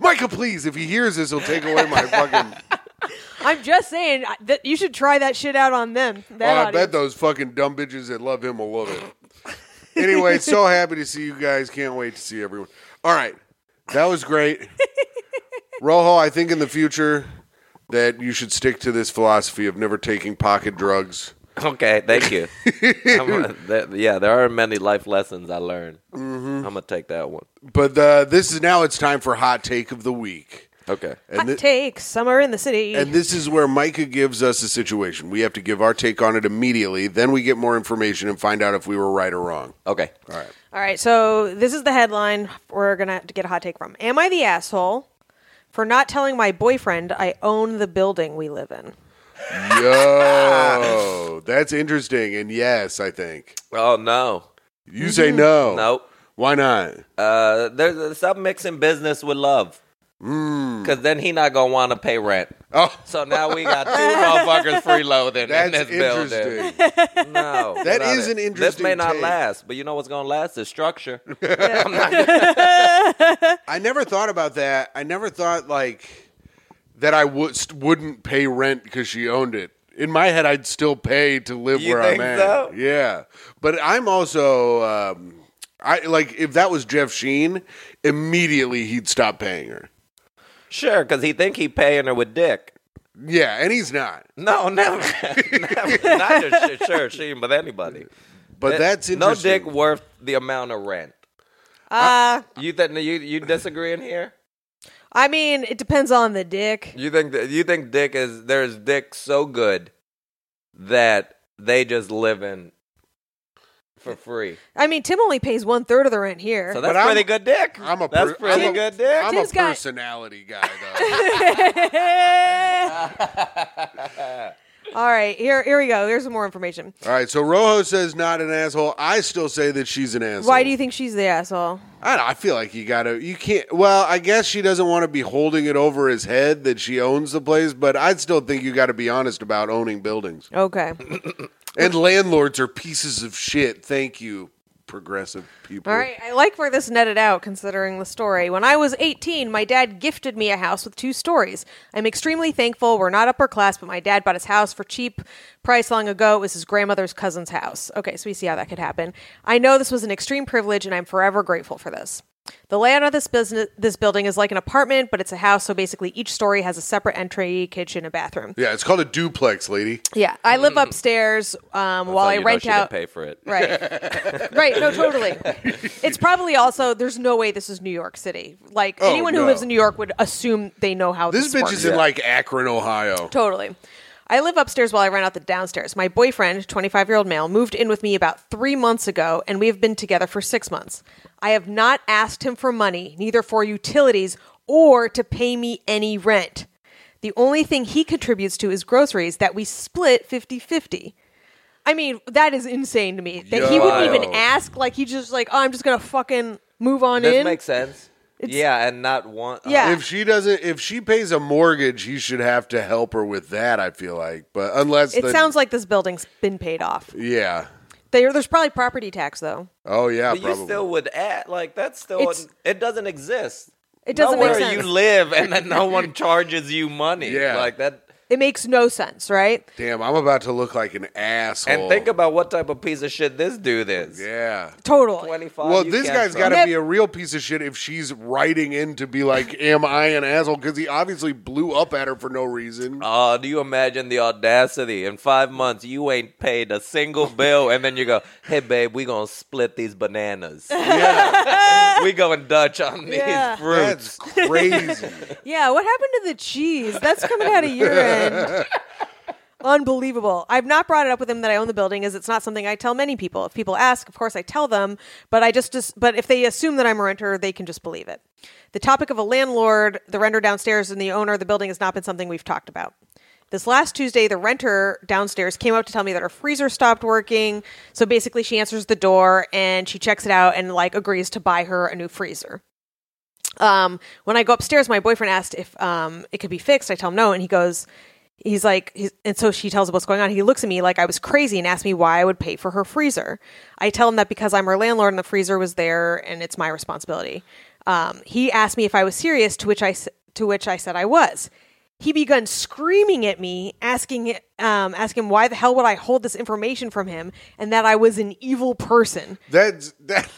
Speaker 1: Micah, please. If he hears this, he'll take away my fucking. oh,
Speaker 2: I'm just saying I- that you should try that shit out on them. That
Speaker 1: Oh, I bet
Speaker 2: audience.
Speaker 1: those fucking dumb bitches that love him will love it. anyway, so happy to see you guys. Can't wait to see everyone. All right, that was great. Rojo, I think in the future that you should stick to this philosophy of never taking pocket drugs.
Speaker 3: Okay, thank you. I'm- there- yeah, there are many life lessons I learned.
Speaker 1: Mm-hmm.
Speaker 3: I'm gonna take that one.
Speaker 1: But uh, this is now. It's time for hot take of the week.
Speaker 3: Okay.
Speaker 1: And thi-
Speaker 2: Hot take summer in the city.
Speaker 1: And this is where Micah gives us a situation. We have to give our take on it immediately. Then we get more information and find out if we were right or wrong.
Speaker 3: Okay.
Speaker 2: All right, so this is the headline we're going to get a hot take from. Am I the asshole for not telling my boyfriend I own the building we live in?
Speaker 1: Yo, that's interesting. And yes, I think
Speaker 3: Oh no.
Speaker 1: you say no.
Speaker 3: Nope.
Speaker 1: Why not?
Speaker 3: Uh, there's uh, stop mixing business with love. Because then he not gonna want to pay rent.
Speaker 1: Mm. Oh,
Speaker 3: So now we got two motherfuckers freeloading in
Speaker 1: that's
Speaker 3: this building.
Speaker 1: interesting.
Speaker 3: No,
Speaker 1: That
Speaker 3: not
Speaker 1: is
Speaker 3: it.
Speaker 1: an
Speaker 3: This may
Speaker 1: interesting
Speaker 3: not
Speaker 1: take.
Speaker 3: last, but you know what's gonna last is structure.
Speaker 1: I never thought about that. I never thought like that. I would st- wouldn't pay rent because she owned it. In my head, I'd still pay to live
Speaker 3: You
Speaker 1: where
Speaker 3: think
Speaker 1: I'm at.
Speaker 3: so?
Speaker 1: Yeah, but I'm also um, I like if that was Jeff Sheen, immediately he'd stop paying her.
Speaker 3: Sure, because he think he paying her with dick.
Speaker 1: Yeah, and he's not.
Speaker 3: No, never. never. Not just sure, she, but anybody.
Speaker 1: But
Speaker 3: That-
Speaker 1: that's
Speaker 3: no
Speaker 1: interesting.
Speaker 3: dick worth the amount of rent.
Speaker 2: Uh,
Speaker 3: You think you you disagreeing here?
Speaker 2: I mean, it depends on the dick.
Speaker 3: You think that you think dick is there's dick so good that they just living for free.
Speaker 2: I mean, Tim only pays one third of the rent here.
Speaker 3: So
Speaker 1: But
Speaker 3: that's
Speaker 1: I'm-
Speaker 3: pretty good dick.
Speaker 1: I'm a
Speaker 3: that's
Speaker 1: per-
Speaker 3: pretty
Speaker 1: I'm a-
Speaker 3: good dick.
Speaker 1: I'm
Speaker 2: Tim's
Speaker 1: a
Speaker 2: got-
Speaker 1: personality guy though.
Speaker 2: All right, here here we go. Here's some more information.
Speaker 1: All right, so Rojo says not an asshole. I still say that she's an asshole.
Speaker 2: Why do you think she's the asshole?
Speaker 1: I, don't, I feel like you gotta. You can't. Well, I guess she doesn't want to be holding it over his head that she owns the place, but I'd still think you got to be honest about owning buildings.
Speaker 2: Okay.
Speaker 1: And landlords are pieces of shit. Thank you, progressive people.
Speaker 2: All right, I like where this netted out considering the story. When I was 18, my dad gifted me a house with two stories. I'm extremely thankful. We're not upper class, but my dad bought his house for cheap price long ago. It was his grandmother's cousin's house. Okay, so we see how that could happen. I know this was an extreme privilege, and I'm forever grateful for this. The layout of this business, this building is like an apartment, but it's a house. So basically, each story has a separate entry, kitchen, and bathroom.
Speaker 1: Yeah, it's called a duplex, lady.
Speaker 2: Yeah, I live upstairs um, while I
Speaker 3: Mm-hmm. you know
Speaker 2: rent
Speaker 3: she didn't
Speaker 2: out.
Speaker 3: pay for it.
Speaker 2: Right. right. No, totally. It's probably also, there's no way this is New York City. Like,
Speaker 1: Oh,
Speaker 2: anyone who
Speaker 1: no.
Speaker 2: lives in New York would assume they know how this,
Speaker 1: This bitch
Speaker 2: works.
Speaker 1: is in like Akron, Ohio.
Speaker 2: Totally. I live upstairs while I rent out the downstairs. My boyfriend, 25 year old male, moved in with me about three months ago, and we have been together for six months. I have not asked him for money, neither for utilities or to pay me any rent. The only thing he contributes to is groceries that we split 50 50. I mean, that is insane to me that he wouldn't even
Speaker 3: Yo.
Speaker 2: ask. Like, he just, like, oh, I'm just going to fucking move on
Speaker 3: This
Speaker 2: in.
Speaker 3: makes sense. yeah, and not one. uh,
Speaker 2: Yeah.
Speaker 1: If she doesn't, if she pays a mortgage, he should have to help her with that. I feel like, but unless
Speaker 2: it
Speaker 1: the-
Speaker 2: sounds like this building's been paid off.
Speaker 1: yeah.
Speaker 2: There, there's probably property tax, though.
Speaker 1: Oh yeah,
Speaker 3: But you
Speaker 1: probably.
Speaker 3: still would add like that's still
Speaker 2: It's-
Speaker 3: it doesn't exist.
Speaker 2: It doesn't
Speaker 3: Nowhere
Speaker 2: make sense.
Speaker 3: you live and then no one charges you money.
Speaker 1: Yeah.
Speaker 3: like that.
Speaker 2: It makes no sense, right?
Speaker 1: Damn, I'm about to look like an asshole.
Speaker 3: And think about what type of piece of shit this dude is.
Speaker 1: Oh. yeah.
Speaker 2: Totally.
Speaker 3: Twenty five.
Speaker 1: Well, this guy's got to
Speaker 2: Nick-
Speaker 1: be a real piece of shit if she's writing in to be like, "Am I an asshole?" Because he obviously blew up at her for no reason.
Speaker 3: Oh, do you imagine the audacity? In five months, you ain't paid a single bill, and then you go, "Hey, babe, we gonna split these bananas. we going Dutch on
Speaker 2: Yeah.
Speaker 3: these fruits."
Speaker 1: That's crazy.
Speaker 2: Yeah, what happened to the cheese? That's coming out of your end. Unbelievable. I've not brought it up with him that I own the building as it's not something I tell many people. If people ask, of course I tell them, but I just, just but if they assume that I'm a renter, they can just believe it. The topic of a landlord, the renter downstairs and the owner of the building has not been something we've talked about. This last Tuesday, the renter downstairs came up to tell me that her freezer stopped working. So basically, she answers the door and she checks it out and like agrees to buy her a new freezer um, when I go upstairs, my boyfriend asked if um, it could be fixed. I tell him no, and he goes, he's like, he's, and so she tells him what's going on. He looks at me like I was crazy and asks me why I would pay for her freezer. I tell him that because I'm her landlord and the freezer was there and it's my responsibility. Um, he asked me if I was serious, to which I s- to which I said I was. He begun screaming at me, asking um, asking why the hell would I hold this information from him, and that I was an evil person.
Speaker 1: That's that.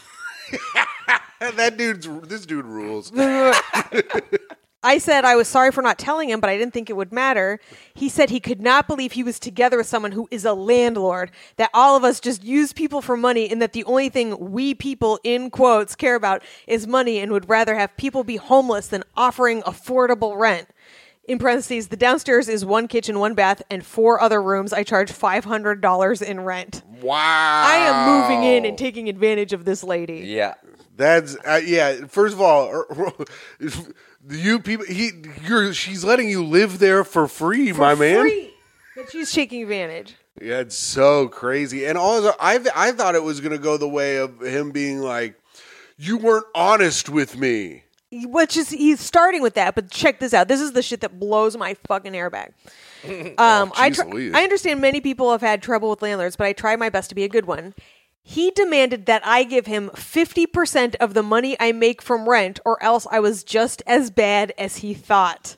Speaker 1: that dude's this dude rules.
Speaker 2: I said I was sorry for not telling him, but I didn't think it would matter. He said he could not believe he was together with someone who is a landlord, that all of us just use people for money, and that the only thing we people, in quotes, care about is money and would rather have people be homeless than offering affordable rent. In parentheses, the downstairs is one kitchen, one bath, and four other rooms. I charge $500 in rent.
Speaker 1: Wow.
Speaker 2: I am moving in and taking advantage of this lady.
Speaker 3: Yeah,
Speaker 1: That's uh, yeah. First of all, er, you people, he, you're, she's letting you live there for free, my man.
Speaker 2: Free. But she's taking advantage.
Speaker 1: Yeah, it's so crazy. And also, I I thought it was gonna go the way of him being like, "You weren't honest with me."
Speaker 2: which is he's starting with that but check this out this is the shit that blows my fucking hair back um, I,
Speaker 1: jeez
Speaker 2: tr-
Speaker 1: Louise.
Speaker 2: I understand many people have had trouble with landlords but i try my best to be a good one he demanded that i give him 50% of the money i make from rent or else i was just as bad as he thought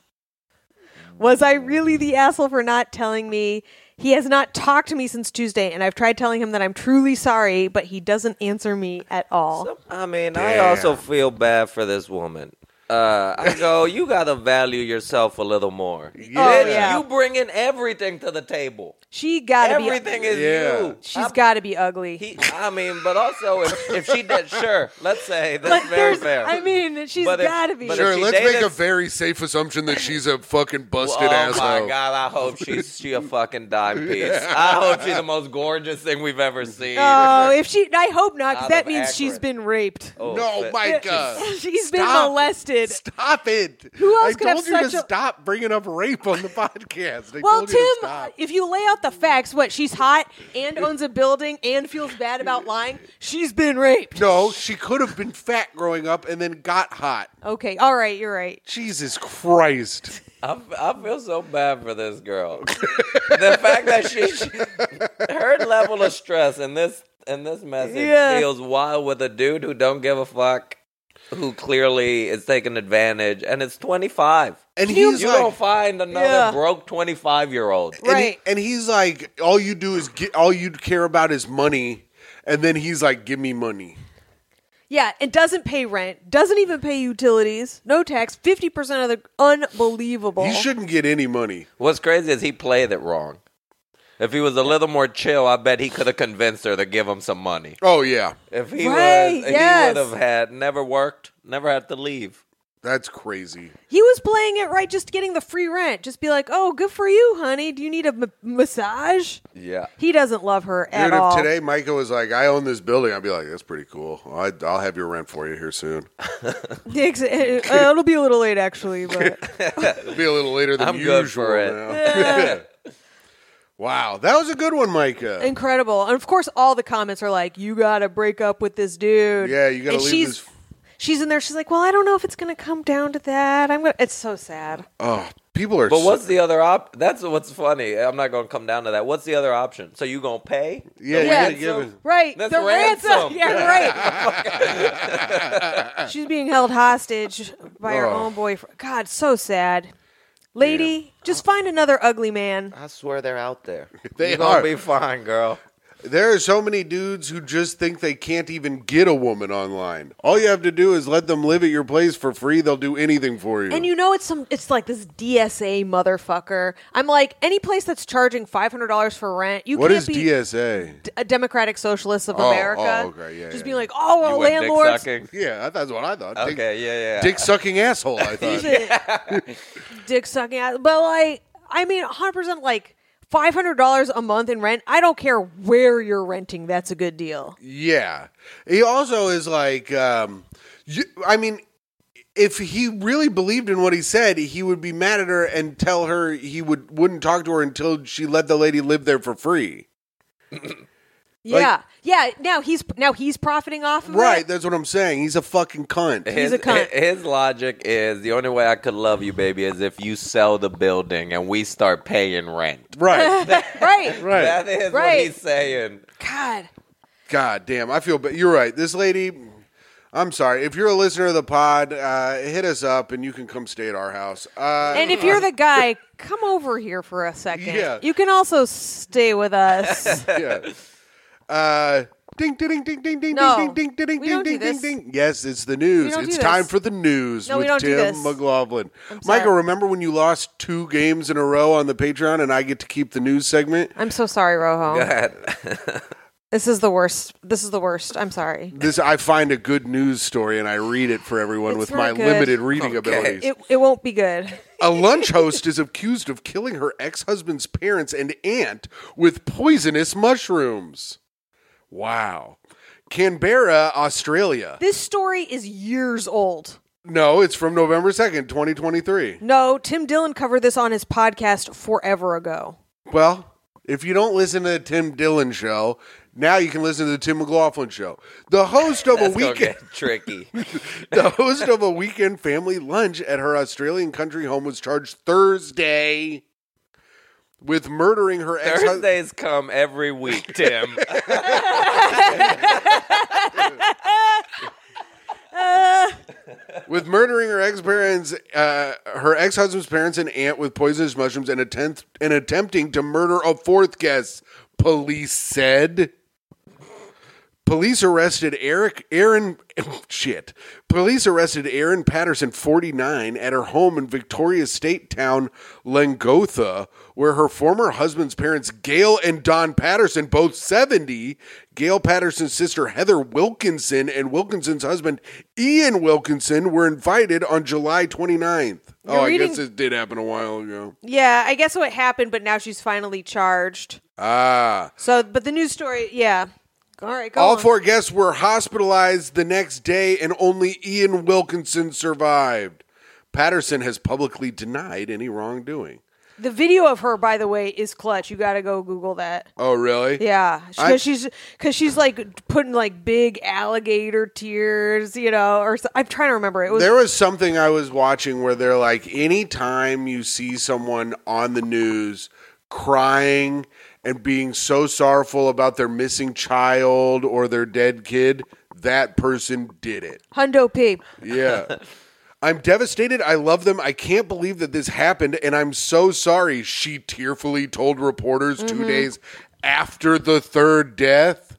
Speaker 2: was I really the asshole for not telling me? He has not talked to me since Tuesday, and I've tried telling him that I'm truly sorry, but he doesn't answer me at all.
Speaker 3: I mean, I also feel bad for this woman. Uh, I go, you gotta value yourself a little more.
Speaker 1: Yeah.
Speaker 2: Oh, yeah.
Speaker 3: You bringing everything to the table.
Speaker 2: she gotta
Speaker 3: Everything
Speaker 2: be.
Speaker 3: is
Speaker 1: Yeah.
Speaker 3: you.
Speaker 2: She's gotta be ugly.
Speaker 3: He, I mean, but also if, if she did, sure. Let's say that's
Speaker 2: Like,
Speaker 3: very
Speaker 2: there's-
Speaker 3: fair.
Speaker 2: I mean, she's
Speaker 3: But if-
Speaker 2: gotta be.
Speaker 3: but if
Speaker 1: Sure,
Speaker 3: she
Speaker 1: let's make
Speaker 3: dated-
Speaker 1: a very safe assumption that she's a fucking busted
Speaker 3: oh
Speaker 1: asshole.
Speaker 3: my god! I hope she's she a fucking dime piece. I hope she's the most gorgeous thing we've ever seen.
Speaker 2: oh, if she, I hope not. 'cause
Speaker 3: Out
Speaker 2: that
Speaker 3: of
Speaker 2: means she's
Speaker 3: Akron.
Speaker 2: been raped.
Speaker 3: Oh,
Speaker 1: No,
Speaker 3: but-
Speaker 1: my god.
Speaker 2: she's been
Speaker 1: Stop.
Speaker 2: molested.
Speaker 1: Stop it.
Speaker 2: Who else
Speaker 1: I
Speaker 2: could have
Speaker 1: told you
Speaker 2: such
Speaker 1: to
Speaker 2: a-
Speaker 1: stop bringing up rape on the podcast. I
Speaker 2: Well,
Speaker 1: told you to
Speaker 2: Tim, uh,
Speaker 1: stop.
Speaker 2: if you lay out the facts, what she's hot and owns a building and feels bad about lying, she's been raped.
Speaker 1: No, she could have been fat growing up and then got hot.
Speaker 2: Okay, all right, you're right.
Speaker 1: Jesus Christ.
Speaker 3: I, I feel so bad for this girl. the fact that she, she her level of stress in this in this message
Speaker 2: Yeah.
Speaker 3: feels wild with a dude who don't give a fuck, who clearly is taking advantage, and it's twenty five.
Speaker 1: And
Speaker 3: You
Speaker 1: he's
Speaker 3: don't
Speaker 1: like,
Speaker 3: find another
Speaker 2: Yeah.
Speaker 3: broke twenty five year old.
Speaker 1: and, he-
Speaker 2: Right.
Speaker 1: and he's like, all you do is get, all you care about is money. And then he's like, give me money.
Speaker 2: Yeah, it doesn't pay rent, doesn't even pay utilities, no tax, 50% of the unbelievable.
Speaker 1: He shouldn't get any money.
Speaker 3: What's crazy is he played it wrong. If he was a little more chill, I bet he could have convinced her to give him some money.
Speaker 1: Oh, yeah.
Speaker 3: If he
Speaker 2: Right,
Speaker 3: was,
Speaker 2: yes.
Speaker 3: he would have had never worked, never had to leave.
Speaker 1: That's crazy.
Speaker 2: He was playing it right, just getting the free rent. Just be like, oh, good for you, honey. Do you need a m- massage?
Speaker 3: Yeah.
Speaker 2: He doesn't love her at
Speaker 1: Dude, if
Speaker 2: all.
Speaker 1: today Micah was like, I own this building, I'd be like, that's pretty cool. I, I'll have your rent for you here soon.
Speaker 2: Ex- uh, It'll be a little late, actually, but
Speaker 1: It'll be a little later than
Speaker 3: I'm
Speaker 1: usual.
Speaker 3: good for it.
Speaker 1: now. wow. That was a good one, Micah.
Speaker 2: incredible. And of course, all the comments are like, you got to break up with this dude.
Speaker 1: Yeah, you gotta
Speaker 2: And
Speaker 1: leave
Speaker 2: she's,
Speaker 1: this-
Speaker 2: She's in there. She's like, well, I don't know if it's going to come down to that. I'm gonna. It's so sad.
Speaker 1: oh, people are
Speaker 3: But
Speaker 1: so-
Speaker 3: what's the other op? That's what's funny. I'm not going to come down to that. What's the other option? So you going to pay?
Speaker 1: Yeah,
Speaker 2: Yeah,
Speaker 1: you gotta give it.
Speaker 2: Right.
Speaker 3: That's
Speaker 2: the ransom.
Speaker 3: ransom.
Speaker 2: Yeah, right. She's being held hostage by her
Speaker 1: Oh.
Speaker 2: own boyfriend. God, so sad. Lady, just find another ugly man.
Speaker 3: I swear they're out there.
Speaker 1: They
Speaker 3: You're gonna
Speaker 1: are.
Speaker 3: be fine, girl.
Speaker 1: There are so many dudes who just think they can't even get a woman online. All you have to do is let them live at your place for free. They'll do anything for you.
Speaker 2: And you know it's some it's like this DSA motherfucker. I'm like any place that's charging $500 for rent, you
Speaker 1: what
Speaker 2: can't
Speaker 1: is
Speaker 2: be
Speaker 1: DSA?
Speaker 2: a democratic socialist of
Speaker 1: Oh,
Speaker 2: America.
Speaker 1: oh, okay, yeah,
Speaker 2: just
Speaker 1: yeah.
Speaker 2: being like, "Oh, our
Speaker 3: You went dick
Speaker 2: landlords
Speaker 3: sucking?
Speaker 1: yeah, I- that's what I thought. Dick-
Speaker 3: Okay, yeah, yeah.
Speaker 1: Dick sucking asshole. I thought.
Speaker 2: dick sucking ass. But like, I mean, 100 percent like five hundred dollars a month in rent. I don't care where you're renting. That's a good deal.
Speaker 1: yeah. He also is like, um, you, I mean, if he really believed in what he said, he would be mad at her and tell her he would wouldn't talk to her until she let the lady live there for free.
Speaker 2: Yeah, yeah. Now he's now he's profiting off of
Speaker 1: Right.
Speaker 2: it.
Speaker 1: That's what I'm saying. He's a fucking cunt.
Speaker 2: He's a cunt.
Speaker 3: hi- his logic is the only way I could love you, baby, is if you sell the building and we start paying rent.
Speaker 1: Right.
Speaker 2: right.
Speaker 1: Right.
Speaker 3: That is what
Speaker 2: Right.
Speaker 3: he's saying.
Speaker 2: God.
Speaker 1: God damn, I feel bad. You're right. This lady, I'm sorry. If you're a listener of the pod, uh, hit us up and you can come stay at our house. Uh,
Speaker 2: And if you're the guy, come over here for a second.
Speaker 1: Yeah.
Speaker 2: You can also stay with us.
Speaker 1: yeah. Uh, ding, ding, ding, ding, ding, ding,
Speaker 2: No.
Speaker 1: ding, ding, ding, ding,
Speaker 2: We don't
Speaker 1: ding,
Speaker 2: do
Speaker 1: ding,
Speaker 2: this.
Speaker 1: ding. Yes, it's the news.
Speaker 2: don't do
Speaker 1: It's
Speaker 2: this.
Speaker 1: time for the news
Speaker 2: No, we
Speaker 1: with
Speaker 2: don't do
Speaker 1: Tim
Speaker 2: this.
Speaker 1: McLaughlin.
Speaker 2: sorry.
Speaker 1: Michael, remember when you lost two games in a row on the Patreon and I get to keep the news segment?
Speaker 2: I'm so sorry, Rojo.
Speaker 3: God.
Speaker 2: This is the worst. This is the worst. I'm sorry.
Speaker 1: This I find a good news story and I read it for everyone
Speaker 2: It's
Speaker 1: with
Speaker 2: not
Speaker 1: my
Speaker 2: good.
Speaker 1: limited reading
Speaker 3: Okay.
Speaker 1: abilities.
Speaker 2: It, it won't be good.
Speaker 1: A lunch host is accused of killing her ex husband's parents and aunt with poisonous mushrooms. Wow. Canberra, Australia.
Speaker 2: This story is years old.
Speaker 1: No, it's from November 2nd, 2023.
Speaker 2: No, Tim Dillon covered this on his podcast forever ago.
Speaker 1: Well, if you don't listen to the Tim Dillon show, Now you can listen to the Tim McLaughlin show. The host of a
Speaker 3: That's gonna
Speaker 1: weekend
Speaker 3: get tricky.
Speaker 1: the host of a weekend family lunch at her Australian country home was charged Thursday with murdering her ex husband.
Speaker 3: Thursdays come every week, Tim.
Speaker 1: with murdering her ex parents, uh, her ex husband's parents and aunt with poisonous mushrooms, and attempt and attempting to murder a fourth guest. Police said. Police arrested Eric Aaron shit. Police arrested Aaron Patterson, 49, at her home in Victoria State town Langotha, where her former husband's parents Gail and Don Patterson, both 70, Gail Patterson's sister Heather Wilkinson and Wilkinson's husband Ian Wilkinson were invited on July 29th. oh,
Speaker 2: You're
Speaker 1: I
Speaker 2: reading-
Speaker 1: guess it did happen a while ago.
Speaker 2: Yeah, I guess what happened, but now she's finally charged.
Speaker 1: Ah.
Speaker 2: So, but the news story, yeah. All right, go
Speaker 1: All
Speaker 2: on.
Speaker 1: four guests were hospitalized the next day, and only Ian Wilkinson survived. Patterson has publicly denied any wrongdoing.
Speaker 2: the video of her, by the way, is clutch. You got to go Google that.
Speaker 1: Oh, really?
Speaker 2: Yeah,
Speaker 1: I-
Speaker 2: because she's because she's like putting like big alligator tears, you know, or so, I'm trying to remember. It was
Speaker 1: There was something I was watching where they're like, anytime you see someone on the news crying and being so sorrowful about their missing child or their dead kid, that person did it.
Speaker 2: Hundo P.
Speaker 1: Yeah. I'm devastated. I love them. I can't believe that this happened, and I'm so sorry. She tearfully told reporters two days after the third death.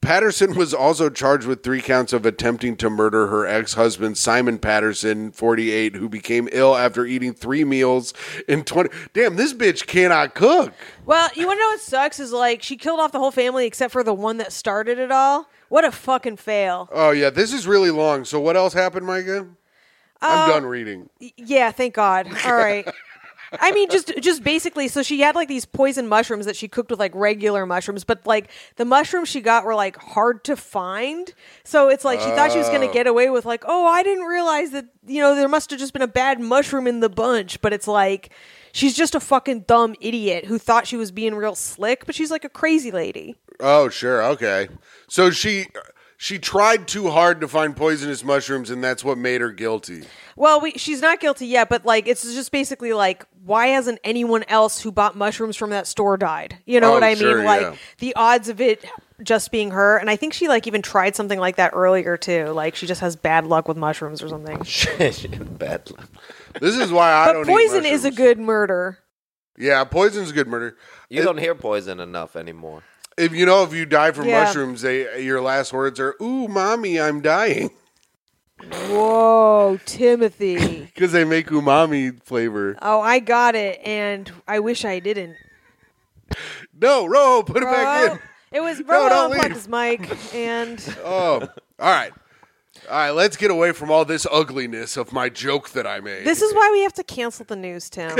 Speaker 1: Patterson was also charged with three counts of attempting to murder her ex husband, Simon Patterson, 48, who became ill after eating three meals in 20. Damn, this bitch cannot cook.
Speaker 2: Well, you want to know what sucks is like she killed off the whole family except for the one that started it all. What a fucking fail.
Speaker 1: Oh, yeah, this is really long. So, what else happened, Micah? I'm done reading.
Speaker 2: Y- Yeah, thank God. All right. I mean, just just basically, so she had like these poison mushrooms that she cooked with like regular mushrooms, but like the mushrooms she got were like hard to find. So it's like she thought she was going to get away with like, oh, I didn't realize that you know there must have just been a bad mushroom in the bunch. But it's like she's just a fucking dumb idiot who thought she was being real slick, but she's like a crazy lady.
Speaker 1: Oh, sure. Okay. So she she tried too hard to find poisonous mushrooms and that's what made her guilty.
Speaker 2: Well, we, she's not guilty yet, but like it's just basically like why hasn't anyone else who bought mushrooms from that store died? You know
Speaker 1: Oh,
Speaker 2: what I
Speaker 1: sure,
Speaker 2: mean? Like
Speaker 1: yeah.
Speaker 2: the odds of it just being her, and I think she like even tried something like that earlier too. Like she just has bad luck with mushrooms or something.
Speaker 3: Bad luck.
Speaker 1: This is why I
Speaker 2: But
Speaker 1: don't
Speaker 2: poison
Speaker 1: eat
Speaker 2: is a
Speaker 1: mushrooms.
Speaker 2: good murder.
Speaker 1: Yeah, poison's a good murder.
Speaker 3: You don't hear poison enough anymore.
Speaker 1: If you know if you die from
Speaker 2: Yeah.
Speaker 1: mushrooms, they your last words are, "Ooh, mommy, I'm dying."
Speaker 2: Whoa, Timothy.
Speaker 1: Cuz they make umami flavor.
Speaker 2: Oh, I got it, and I wish I didn't.
Speaker 1: No, Ro, put it back
Speaker 2: Bro,
Speaker 1: in.
Speaker 2: it was
Speaker 1: No,
Speaker 2: bro
Speaker 1: don't
Speaker 2: unplugged
Speaker 1: leave.
Speaker 2: his mic, and
Speaker 1: Oh. All right. All right, let's get away from all this ugliness of my joke that I made.
Speaker 2: This is why we have to cancel the news, Tim.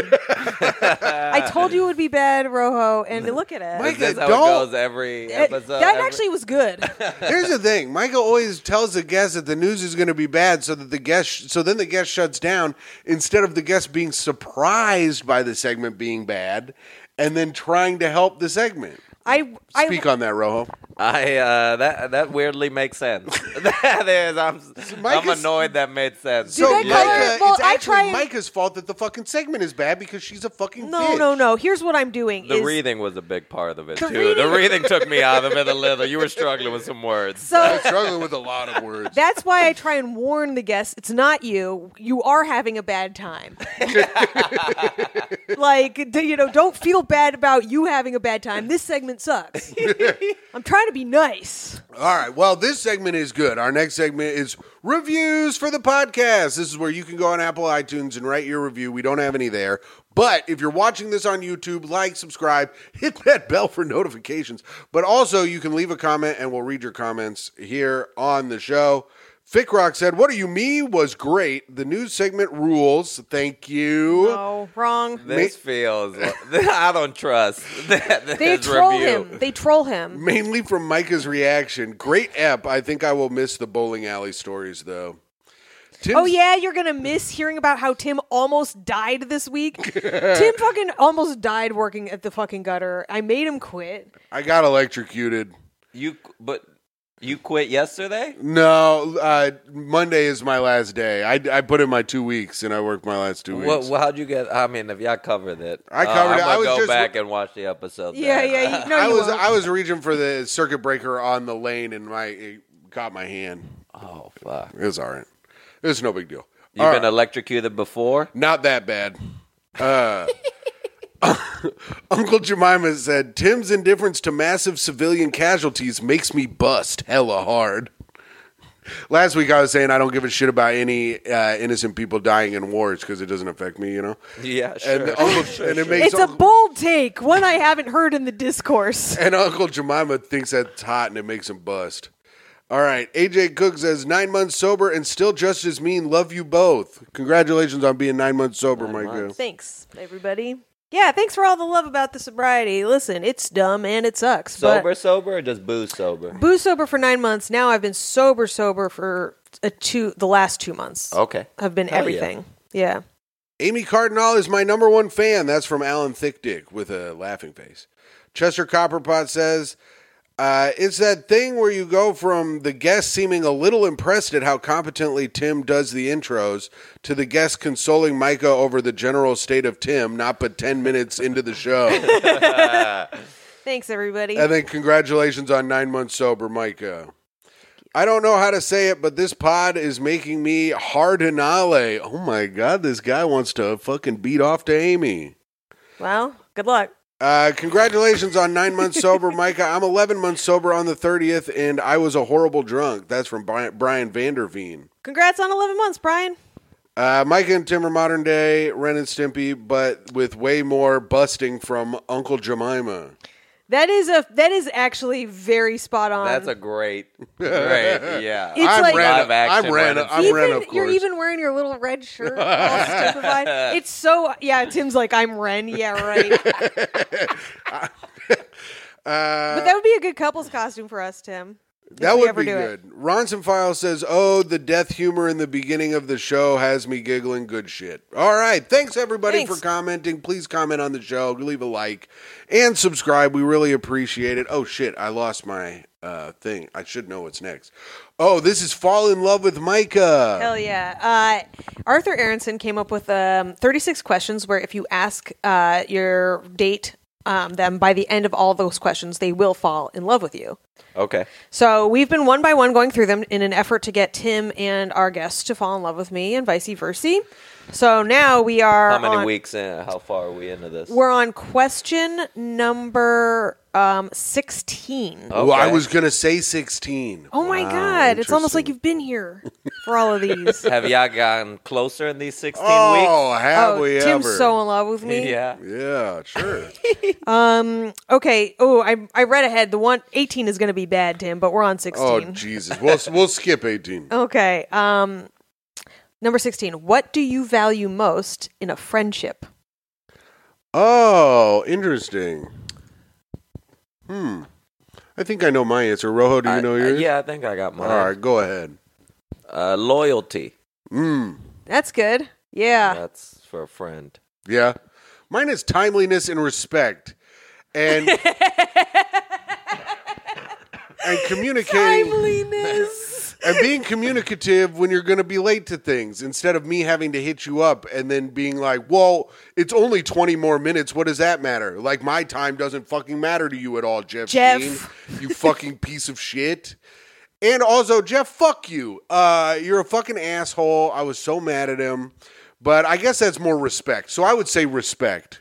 Speaker 2: I told you it would be bad, Rojo, and look at it.
Speaker 1: Mike,
Speaker 3: That's how
Speaker 1: don't-
Speaker 3: it goes every
Speaker 2: It-
Speaker 3: episode.
Speaker 2: that
Speaker 3: every-
Speaker 2: actually was good.
Speaker 1: Here's the thing: Michael always tells the guest that the news is going to be bad, so that the guest, so then the guest shuts down instead of the guest being surprised by the segment being bad, and then trying to help the segment.
Speaker 2: I, I
Speaker 1: Speak on that, Rojo.
Speaker 3: I uh, that that weirdly makes sense. that is, I'm I'm
Speaker 1: Micah's-
Speaker 3: annoyed that made sense.
Speaker 1: So
Speaker 2: that
Speaker 1: Micah,
Speaker 2: Yeah. color- well,
Speaker 1: it's
Speaker 2: I
Speaker 1: actually
Speaker 2: try and-
Speaker 1: Micah's fault that the fucking segment is bad because she's a fucking
Speaker 2: no,
Speaker 1: bitch.
Speaker 2: no, no. Here's what I'm doing.
Speaker 3: the
Speaker 2: is-
Speaker 3: reading was a big part of it
Speaker 2: The
Speaker 3: too. the
Speaker 2: reading-
Speaker 3: reading took me out of it a little. You were struggling with some words.
Speaker 2: So
Speaker 1: Struggling with a lot of words.
Speaker 2: that's why I try and warn the guests. It's not you. You are having a bad time. like d- you know, don't feel bad about you having a bad time. This segment sucks. I'm trying to be nice.
Speaker 1: All right. Well, this segment is good. Our next segment is reviews for the podcast. This is where you can go on Apple iTunes and write your review. We don't have any there. But if you're watching this on YouTube, like, subscribe, hit that bell for notifications. But also, you can leave a comment and we'll read your comments here on the show. Fick Rock said, What Are You Me was great. The news segment rules. Thank you.
Speaker 2: Oh, wrong.
Speaker 3: This feels. I don't trust that.
Speaker 2: They
Speaker 3: this
Speaker 2: troll
Speaker 3: review.
Speaker 2: him. They troll him.
Speaker 1: Mainly from Micah's reaction. Great ep. I think I will miss the bowling alley stories, though. Tim's-
Speaker 2: oh yeah, you're gonna miss hearing about how Tim almost died this week. Tim fucking almost died working at the fucking gutter. I made him quit.
Speaker 1: I got electrocuted.
Speaker 3: You but you quit yesterday?
Speaker 1: No, uh, Monday is my last day. I, I put in my two weeks and I worked my last two weeks.
Speaker 3: What, well, how'd you get? I mean, if y'all covered it,
Speaker 1: I
Speaker 3: Uh,
Speaker 1: covered
Speaker 3: I'm
Speaker 1: it.
Speaker 3: gonna
Speaker 1: I was
Speaker 3: go
Speaker 1: just-
Speaker 3: back and watch the episode.
Speaker 2: Yeah,
Speaker 3: then.
Speaker 2: yeah. You, no,
Speaker 1: I
Speaker 2: you
Speaker 1: was
Speaker 2: won't.
Speaker 1: I was reaching for the circuit breaker on the lane and my it caught my hand.
Speaker 3: Oh fuck!
Speaker 1: It was all right. It was no big deal.
Speaker 3: You've
Speaker 1: All
Speaker 3: been
Speaker 1: right.
Speaker 3: electrocuted before.
Speaker 1: Not that bad. Uh, Uncle Jemima said, Tim's indifference to massive civilian casualties makes me bust hella hard. Last week I was saying I don't give a shit about any uh, innocent people dying in wars because it doesn't affect me, you know?
Speaker 3: Yeah, sure.
Speaker 1: And, Uncle, and it makes
Speaker 2: it's a
Speaker 1: Uncle-
Speaker 2: bold take, one I haven't heard in the discourse.
Speaker 1: And Uncle Jemima thinks that's hot and it makes him bust. All right. AJ Cook says, nine months sober and still just as mean. Love you both. Congratulations on being nine months sober, Mike.
Speaker 2: Thanks, everybody. Yeah, thanks for all the love about the sobriety. Listen, it's dumb and it sucks. but-
Speaker 3: sober, sober, or just booze sober?
Speaker 2: booze sober for nine months. Now I've been sober sober for a two the last two months.
Speaker 1: Oh,
Speaker 3: Okay.
Speaker 2: I've been
Speaker 3: Hell yeah.
Speaker 2: everything. Yeah.
Speaker 1: Amy Cardinal is my number one fan. That's from Alan Thickdick with a laughing face. Chester Copperpot says, uh, it's that thing where you go from the guest seeming a little impressed at how competently Tim does the intros to the guest consoling Micah over the general state of Tim, not but 10 minutes into the show.
Speaker 2: Thanks everybody.
Speaker 1: And then congratulations on nine months sober, Micah. I don't know how to say it, but this pod is making me hardinale. Oh my god, this guy wants to fucking beat off to Amy.
Speaker 2: well, good luck.
Speaker 1: Uh, congratulations on nine months sober, Micah. I'm 11 months sober on the 30th, and I was a horrible drunk. That's from Brian, Brian Vanderveen.
Speaker 2: Congrats on eleven months, Brian.
Speaker 1: Uh, Micah and Tim are modern day Ren and Stimpy, but with way more busting from Uncle Jemima.
Speaker 2: That is a that is actually very spot on.
Speaker 3: That's a great, great. Yeah.
Speaker 2: It's
Speaker 1: I'm
Speaker 2: like-
Speaker 1: Ren.
Speaker 3: Live action
Speaker 1: I'm Ren.
Speaker 3: Ren and
Speaker 1: I'm
Speaker 2: even,
Speaker 1: Ren, of course.
Speaker 2: You're even wearing your little red shirt. all stupefied. It's so yeah. Tim's like I'm Ren. Yeah, right. but that would be a good couples costume for us, Tim. if
Speaker 1: That
Speaker 2: we
Speaker 1: would
Speaker 2: ever
Speaker 1: be
Speaker 2: do it.
Speaker 1: good. Ronson File says, "Oh, the death humor in the beginning of the show has me giggling. Good shit. All right, thanks everybody
Speaker 2: Thanks.
Speaker 1: for commenting. Please comment on the show, leave a like, and subscribe. We really appreciate it. Oh shit, I lost my uh, thing. I should know what's next. Oh, this is Fall in Love with Micah.
Speaker 2: Hell yeah. Uh, Arthur Aronson came up with um, 36 questions where if you ask uh, your date um, them by the end of all those questions, they will fall in love with you.
Speaker 3: Okay.
Speaker 2: So we've been one by one going through them in an effort to get Tim and our guests to fall in love with me and vice versa. So now we are.
Speaker 3: How many
Speaker 2: on-
Speaker 3: weeks in? How far are we into this?
Speaker 2: We're on question number um, 16.
Speaker 1: Well, I
Speaker 3: Okay.
Speaker 1: was gonna say sixteen.
Speaker 2: Oh my
Speaker 1: Oh, Wow,
Speaker 2: God. It's almost like
Speaker 1: interesting.
Speaker 2: you've been here for all of these.
Speaker 3: Have y'all gotten closer in these sixteen
Speaker 1: Oh, have
Speaker 2: oh,
Speaker 1: we
Speaker 2: Tim's
Speaker 1: ever?
Speaker 2: so in love with
Speaker 3: weeks?
Speaker 2: me.
Speaker 3: Yeah.
Speaker 1: yeah, sure.
Speaker 2: Okay. Oh, I I read ahead. The one 18 is going to be bad, Tim, but we're on 16.
Speaker 1: oh Jesus, we'll we'll skip eighteen.
Speaker 2: okay. Um number 16. What do you value most in a friendship?
Speaker 1: Oh, interesting. Hmm. I think I know my answer. Rojo, do you
Speaker 3: I-
Speaker 1: know
Speaker 3: I-
Speaker 1: yours?
Speaker 3: yeah, I think I got
Speaker 1: All
Speaker 3: mine.
Speaker 1: right, go ahead.
Speaker 3: Uh, loyalty.
Speaker 1: Hmm.
Speaker 2: That's good. Yeah.
Speaker 3: That's for a friend.
Speaker 1: Yeah. Mine is timeliness and respect, and and communicating
Speaker 2: Timeliness.
Speaker 1: and being communicative when you're going to be late to things instead of me having to hit you up and then being like, "Well, it's only 20 more minutes. What does that matter? Like my time doesn't fucking matter to you at all, Jeff.
Speaker 2: Jeff.
Speaker 1: Sheen, you fucking piece of shit." And also, Jeff, fuck you. Uh, you're a fucking asshole. I was so mad at him, but I guess that's more respect. So I would say respect.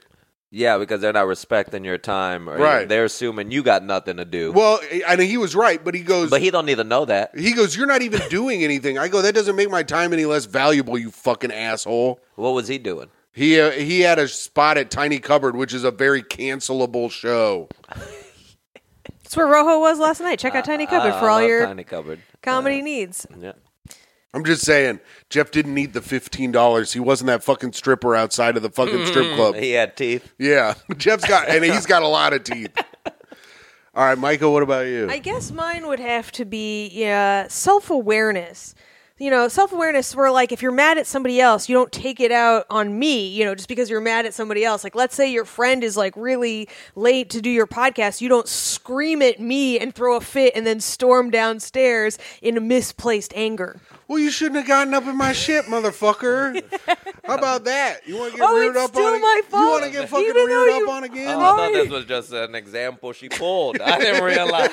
Speaker 3: Yeah, because they're not respecting your time, or
Speaker 1: Right.
Speaker 3: They're assuming you got nothing to do.
Speaker 1: Well, I know he was right, but he goes.
Speaker 3: but he don't need to know that.
Speaker 1: he goes, you're not even doing anything. I go, that doesn't make my time any less valuable, you fucking asshole.
Speaker 3: What was he doing?
Speaker 1: He uh, he had a spot at Tiny Cupboard, which is a very cancelable show.
Speaker 2: That's where Rojo was last night. Check out Tiny Cupboard
Speaker 3: Uh,
Speaker 2: for
Speaker 3: I
Speaker 2: all
Speaker 3: love
Speaker 2: your
Speaker 3: tiny cupboard.
Speaker 2: comedy needs.
Speaker 3: Yeah.
Speaker 1: I'm just saying, Jeff didn't need the fifteen dollars. He wasn't that fucking stripper outside of the fucking strip club.
Speaker 3: He had teeth.
Speaker 1: Yeah, Jeff's got and he's got a lot of teeth. All right, Michael, what about you?
Speaker 2: I guess mine would have to be yeah, self awareness. you know, self awareness where like if you're mad at somebody else, you don't take it out on me, you know, just because you're mad at somebody else. Like let's say your friend is like really late to do your podcast, you don't scream at me and throw a fit and then storm downstairs in a misplaced anger.
Speaker 1: Well, you shouldn't have gotten up in my shit, motherfucker. How about that? You want to get
Speaker 2: Oh,
Speaker 1: reared
Speaker 2: it's
Speaker 1: up
Speaker 2: still
Speaker 1: on? ag-
Speaker 2: my fault,
Speaker 1: You want to get fucking
Speaker 2: even though
Speaker 1: reared up
Speaker 2: you-
Speaker 1: on again?
Speaker 3: I
Speaker 2: Oh.
Speaker 3: thought this was just an example she pulled. I didn't realize.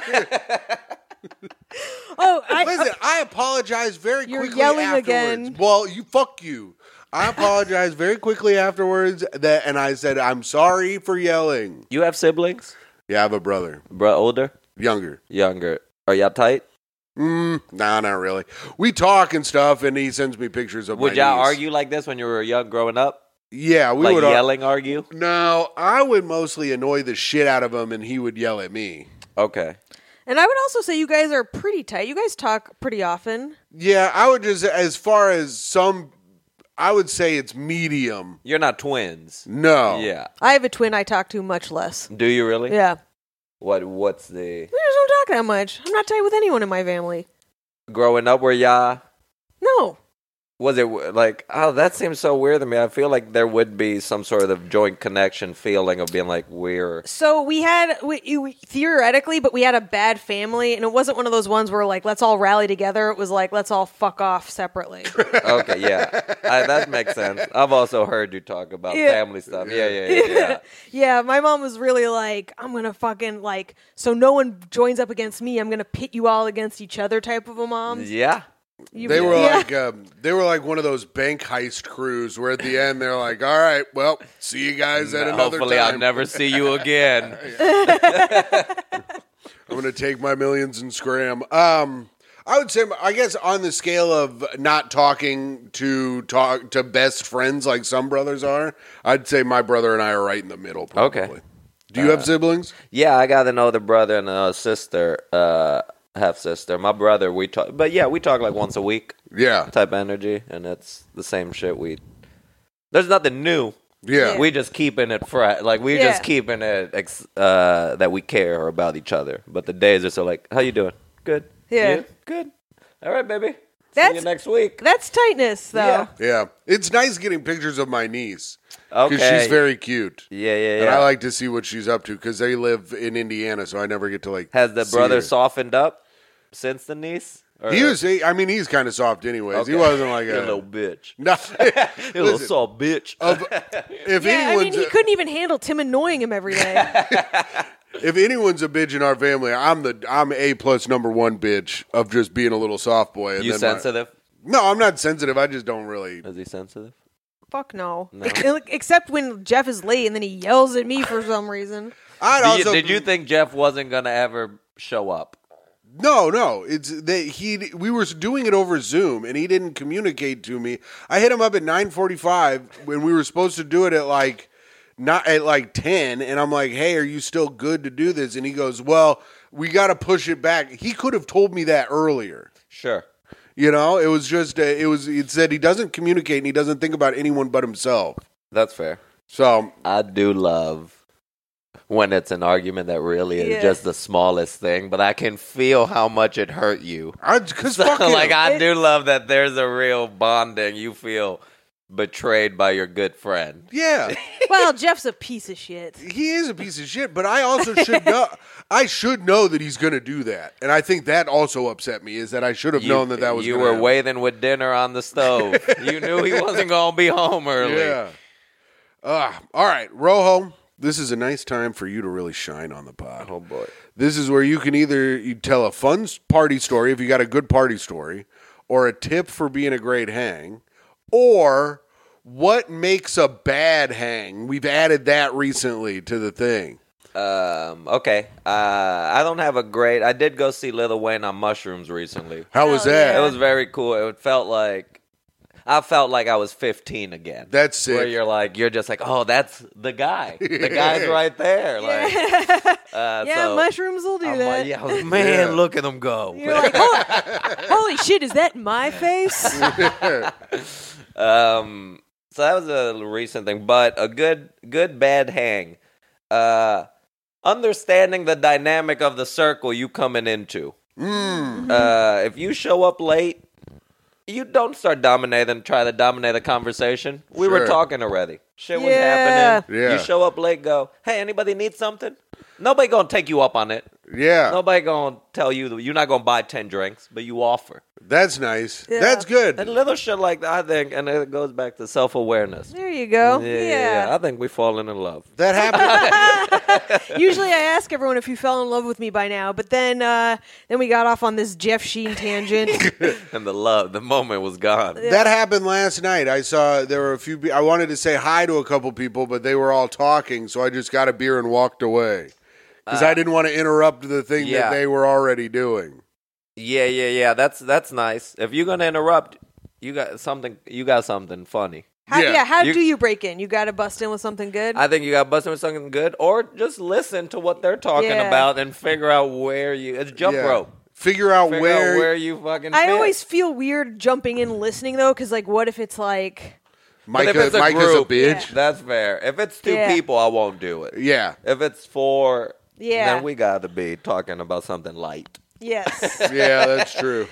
Speaker 2: Oh, I,
Speaker 1: Listen, I apologize very
Speaker 2: You're
Speaker 1: quickly
Speaker 2: yelling
Speaker 1: afterwards.
Speaker 2: again.
Speaker 1: Well, you fuck you. I apologize very quickly afterwards that and I said I'm sorry for yelling.
Speaker 3: You have siblings?
Speaker 1: Yeah, I have a brother.
Speaker 3: Bro, older,
Speaker 1: Younger.
Speaker 3: younger. Are y'all tight?
Speaker 1: Mm, nah, not really. We talk and stuff and he sends me pictures of
Speaker 3: Would
Speaker 1: my
Speaker 3: y'all
Speaker 1: niece.
Speaker 3: argue like this when you were young, growing up?
Speaker 1: Yeah, we
Speaker 3: like
Speaker 1: would ar-
Speaker 3: yelling, argue?
Speaker 1: No, I would mostly annoy the shit out of him and he would yell at me.
Speaker 3: Okay.
Speaker 2: and I would also say you guys are pretty tight. You guys talk pretty often.
Speaker 1: Yeah, I would just as far as some I would say it's medium.
Speaker 3: You're not twins.
Speaker 1: No.
Speaker 3: Yeah.
Speaker 2: I have a twin I talk to much less.
Speaker 3: Do you really?
Speaker 2: Yeah.
Speaker 3: What what's the
Speaker 2: We just don't talk that much. I'm not tight with anyone in my family.
Speaker 3: growing up where y'all
Speaker 2: No.
Speaker 3: was it w- like oh that seems so weird to me. I feel like there would be some sort of joint connection feeling of being like we're
Speaker 2: So we had we, you- theoretically, but we had a bad family, and it wasn't one of those ones where like let's all rally together. It was like let's all fuck off separately.
Speaker 3: okay yeah I, that makes sense. I've also heard you talk about
Speaker 2: Yeah.
Speaker 3: family stuff. Yeah yeah yeah. yeah.
Speaker 2: yeah, my mom was really like, I'm gonna fucking like, so no one joins up against me. I'm gonna pit you all against each other, type of a mom.
Speaker 3: Yeah.
Speaker 2: You-
Speaker 1: They were
Speaker 2: yeah.
Speaker 1: like um, they were like one of those bank heist crews where at the end they're like, "All right, well, see you guys at another
Speaker 3: Hopefully
Speaker 1: time.
Speaker 3: I'll never see you again.
Speaker 1: I'm gonna take my millions and scram." Um, I would say, I guess, on the scale of not talking to talk to best friends like some brothers are, I'd say my brother and I are right in the middle. Probably.
Speaker 3: Okay. Uh,
Speaker 1: Do you have siblings?
Speaker 3: Yeah, I got an older brother and a sister, uh, half sister. My brother, we talk, but yeah, we talk like once a week
Speaker 1: Yeah,
Speaker 3: type energy, and it's the same shit. We there's nothing new.
Speaker 1: yeah.
Speaker 3: We just keeping it fresh, like we
Speaker 2: Yeah.
Speaker 3: just keeping it ex- uh, that we care about each other. But the days are so like, how you doing? Good.
Speaker 2: Yeah.
Speaker 3: You? Good. All right, baby. See you
Speaker 2: That's-
Speaker 3: next week.
Speaker 2: That's tightness, though.
Speaker 3: Yeah.
Speaker 1: yeah, it's nice getting pictures of my niece because
Speaker 3: Okay.
Speaker 1: she's very cute,
Speaker 3: yeah, yeah,
Speaker 1: and
Speaker 3: yeah.
Speaker 1: I like to see what she's up to because they live in Indiana, so I never get to like.
Speaker 3: Has the
Speaker 1: see
Speaker 3: brother
Speaker 1: her.
Speaker 3: softened up since the niece? Or-
Speaker 1: He was. He, I mean, he's kind of soft, anyways. He
Speaker 3: Okay.
Speaker 1: wasn't like
Speaker 3: You
Speaker 1: a,
Speaker 3: little bitch.
Speaker 1: No,
Speaker 3: You little
Speaker 1: Listen,
Speaker 3: soft bitch.
Speaker 1: of- if
Speaker 2: Yeah, I mean,
Speaker 1: anyone's
Speaker 2: he
Speaker 1: a-
Speaker 2: couldn't even handle Tim annoying him every day.
Speaker 1: if anyone's a bitch in our family, I'm the I'm a plus number one bitch of just being a little soft boy. And
Speaker 3: you
Speaker 1: then my-
Speaker 3: sensitive?
Speaker 1: no, I'm not sensitive. I just don't really.
Speaker 3: Is he sensitive?
Speaker 2: Fuck no.
Speaker 3: No.
Speaker 2: Except when Jeff is late and then he yells at me for some reason.
Speaker 1: I'd
Speaker 3: Did you,
Speaker 1: also,
Speaker 3: did you think Jeff wasn't gonna ever show up?
Speaker 1: No, no. It's that he. We were doing it over Zoom, and he didn't communicate to me. I hit him up at nine forty-five when we were supposed to do it at like not at like ten, and I'm like, "Hey, are you still good to do this?" And he goes, "Well, we got to push it back." He could have told me that earlier.
Speaker 3: Sure.
Speaker 1: You know, it was just uh, it was. It said he doesn't communicate and he doesn't think about anyone but himself.
Speaker 3: That's fair.
Speaker 1: So
Speaker 3: I do love when it's an argument that really is
Speaker 2: Yeah.
Speaker 3: just the smallest thing, but I can feel how much it hurt you.
Speaker 1: I because
Speaker 3: So,
Speaker 1: fuck
Speaker 3: like
Speaker 1: him.
Speaker 3: I
Speaker 2: It-
Speaker 3: do love that there's a real bonding. You feel betrayed by your good friend.
Speaker 1: yeah,
Speaker 2: Well, Jeff's a piece of shit.
Speaker 1: he is a piece of shit. But I also should know. I should know that he's gonna do that, and I think that also upset me is that I should have
Speaker 3: You-
Speaker 1: known that that was.
Speaker 3: you
Speaker 1: gonna
Speaker 3: were
Speaker 1: happen.
Speaker 3: waiting with dinner on the stove. you knew he wasn't gonna be home early.
Speaker 1: Yeah. Ah, all right, Rojo. This is a nice time for you to really shine on the pod.
Speaker 3: Oh boy.
Speaker 1: This is where you can either you tell a fun s- party story if you got a good party story, or a tip for being a great hang, or what makes a bad hang. We've added that recently to the thing.
Speaker 3: Um, okay. Uh, I don't have a great. I did go see Lil Wayne on mushrooms recently.
Speaker 1: How was
Speaker 2: Hell
Speaker 1: that?
Speaker 3: It was very cool. It felt like I felt like I was 15 again.
Speaker 1: That's sick.
Speaker 3: where you're like you're just like, oh, that's the guy. The guy's right there. Like, uh,
Speaker 2: Yeah,
Speaker 3: so
Speaker 2: mushrooms will do
Speaker 3: I'm
Speaker 2: that.
Speaker 3: like, yeah, I was, man,
Speaker 1: Yeah.
Speaker 3: look at him go.
Speaker 2: You're like, holy, holy shit, is that my face?
Speaker 3: Um, so that was a recent thing, but a good, good bad hang. Uh, understanding the dynamic of the circle you coming into.
Speaker 1: Mm.
Speaker 3: Uh, if you show up late, you don't start dominating, try to dominate a conversation. We were
Speaker 1: Sure.
Speaker 3: talking already. Shit was
Speaker 2: Yeah.
Speaker 3: happening.
Speaker 1: Yeah.
Speaker 3: You show up late, go, hey, anybody need something? Nobody gonna take you up on it.
Speaker 1: Yeah,
Speaker 3: Nobody gonna tell you that you're not gonna buy ten drinks, but you offer.
Speaker 1: that's nice.
Speaker 2: Yeah.
Speaker 1: That's good.
Speaker 3: And little shit like that, I think, and it goes back to self awareness.
Speaker 2: There you go.
Speaker 3: I think we falling in love.
Speaker 1: That happened.
Speaker 2: Usually, I ask everyone if you fell in love with me by now, but then uh, then we got off on this Jeff Sheen tangent.
Speaker 3: And the love, the moment was gone.
Speaker 1: that happened last night. I saw there were a few. pe- I wanted to say hi to a couple people, but they were all talking, so I just got a beer and walked away because I didn't want to interrupt the thing
Speaker 3: Ah. yeah.
Speaker 1: that they were already doing.
Speaker 3: Yeah, yeah, yeah. That's that's nice. If you're gonna interrupt, you got something. You got something funny.
Speaker 2: How,
Speaker 1: Yeah.
Speaker 2: yeah. How
Speaker 3: You-
Speaker 2: do you break in? You got to bust in with something good.
Speaker 3: I think you got busted with something good, or just listen to what they're talking
Speaker 2: Yeah.
Speaker 3: about and figure out where you. It's jump
Speaker 1: Yeah.
Speaker 3: rope.
Speaker 1: Figure out
Speaker 3: Figure
Speaker 1: where.
Speaker 3: out where you fucking.
Speaker 2: I
Speaker 3: fit.
Speaker 2: always feel weird jumping in listening though, because like, what if it's like,
Speaker 3: But if
Speaker 1: Micah,
Speaker 3: it's a
Speaker 1: Micah's
Speaker 3: group,
Speaker 1: a bitch.
Speaker 3: That's fair. If it's two
Speaker 2: Yeah.
Speaker 3: people, I won't do it.
Speaker 1: Yeah.
Speaker 3: If it's four,
Speaker 2: Yeah.
Speaker 3: then we gotta be talking about something light.
Speaker 2: yes.
Speaker 1: Yeah, that's true.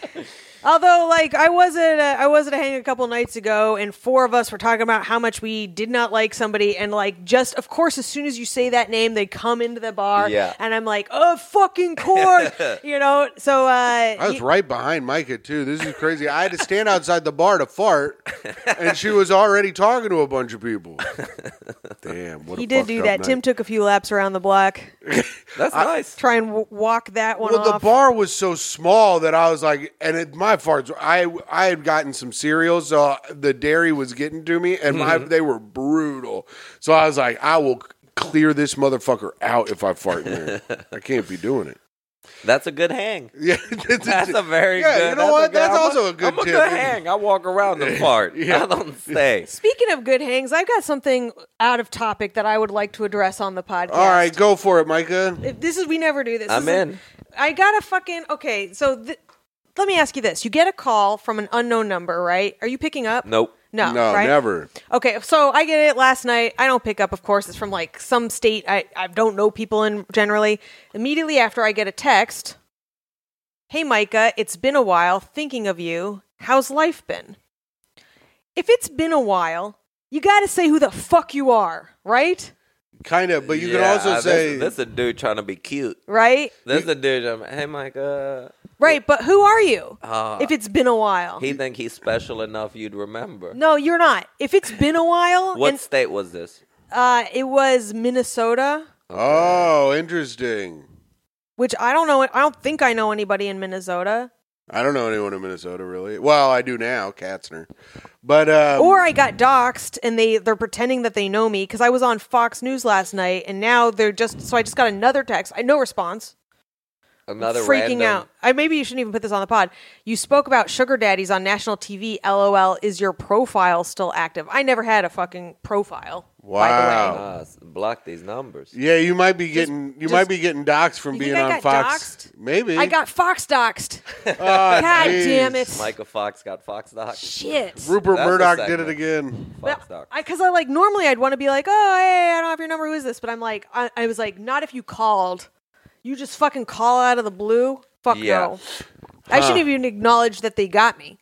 Speaker 2: Although, like, I was at a, I was at a hang a couple nights ago, and four of us were talking about how much we did not like somebody, and like, just of course, as soon as you say that name, they come into the bar,
Speaker 3: Yeah.
Speaker 2: and I'm like, oh, fucking course, you know. So, uh,
Speaker 1: I was
Speaker 2: y-
Speaker 1: right behind Micah too. This is crazy. I had to stand outside the bar to fart, and she was already talking to a bunch of people. Damn, what a
Speaker 2: he did
Speaker 1: fucked
Speaker 2: do
Speaker 1: up
Speaker 2: that. Tim
Speaker 1: night.
Speaker 2: took a few laps around the block,
Speaker 3: That's nice.
Speaker 2: try and w- walk that one
Speaker 1: well, the
Speaker 2: off.
Speaker 1: bar was so small that I was like, and it, my farts. I I had gotten some cereal, so the dairy was getting to me, and my
Speaker 3: Mm-hmm.
Speaker 1: they were brutal. So I was like, I will clear this motherfucker out if I fart in here. I can't be doing it.
Speaker 3: That's a good hang.
Speaker 1: Yeah,
Speaker 3: That's a very
Speaker 1: Yeah,
Speaker 3: good.
Speaker 1: you know what?
Speaker 3: good-
Speaker 1: That's
Speaker 3: I'm
Speaker 1: also a good
Speaker 3: I'm a
Speaker 1: tip.
Speaker 3: good hang. I walk around the part.
Speaker 1: Yeah.
Speaker 3: I don't stay.
Speaker 2: Speaking of good hangs, I've got something out of topic that I would like to address on the podcast.
Speaker 1: All right, go for it, Micah.
Speaker 2: If this is we never do this.
Speaker 3: I'm
Speaker 2: This is-
Speaker 3: in.
Speaker 2: I got a fucking okay. So th- let me ask you this: You get a call from an unknown number, right? Are you picking up?
Speaker 3: Nope.
Speaker 2: No.
Speaker 1: no,
Speaker 2: right?
Speaker 1: never.
Speaker 2: Okay, so I get it last night. I don't pick up, of course. It's from like some state I, I don't know people in generally. Immediately after I get a text, Hey Micah, it's been a while. Thinking of you. How's life been? If it's been a while, you gotta say who the fuck you are, right?
Speaker 1: Kind of, but you can
Speaker 3: Yeah, uh,
Speaker 1: also
Speaker 3: this-
Speaker 1: say
Speaker 3: this, is a dude trying to be cute.
Speaker 2: Right?
Speaker 3: This is a dude. I'm, hey, Mike. Uh,
Speaker 2: Right, but who are you?
Speaker 3: uh,
Speaker 2: if it's been a while.
Speaker 3: he think he's special enough, you'd remember.
Speaker 2: No, you're not. If it's been a while,
Speaker 3: what
Speaker 2: and,
Speaker 3: state was this?
Speaker 2: uh, it was Minnesota,
Speaker 1: Oh, interesting.
Speaker 2: which I don't know. I don't think I know anybody in Minnesota.
Speaker 1: I don't know anyone in Minnesota really. Well, I do now, Katzner. But um,
Speaker 2: or I got doxxed and they they're pretending that they know me because I was on Fox News last night and now they're just so I just got another text. I no response.
Speaker 3: Another
Speaker 2: freaking
Speaker 3: random-
Speaker 2: out. I maybe you shouldn't even put this on the pod. You spoke about sugar daddies on national TV. LOL. Is your profile still active? I never had a fucking profile. By the
Speaker 1: Wow.
Speaker 2: way. uh,
Speaker 3: Ah, s- block these numbers.
Speaker 1: yeah, you might be getting you
Speaker 2: just-
Speaker 1: might be getting doxxed from
Speaker 2: You
Speaker 1: being
Speaker 2: think I
Speaker 1: on
Speaker 2: got
Speaker 1: Fox.
Speaker 2: doxxed?
Speaker 1: Maybe
Speaker 2: I got Fox doxxed.
Speaker 1: Oh,
Speaker 2: God
Speaker 1: jeez.
Speaker 2: damn it.
Speaker 3: Michael Fox got Fox Doc.
Speaker 2: Shit.
Speaker 1: Rupert
Speaker 3: That's a
Speaker 1: Murdoch did it
Speaker 3: segment.
Speaker 1: again.
Speaker 3: Fox Doc.
Speaker 2: Because I, like normally I'd want to be like, oh hey, I don't have your number. Who is this? But I'm like, I, I was like, not if you called. You just fucking call out of the blue. Fuck
Speaker 3: Yeah.
Speaker 2: no. I shouldn't even acknowledge that they got me.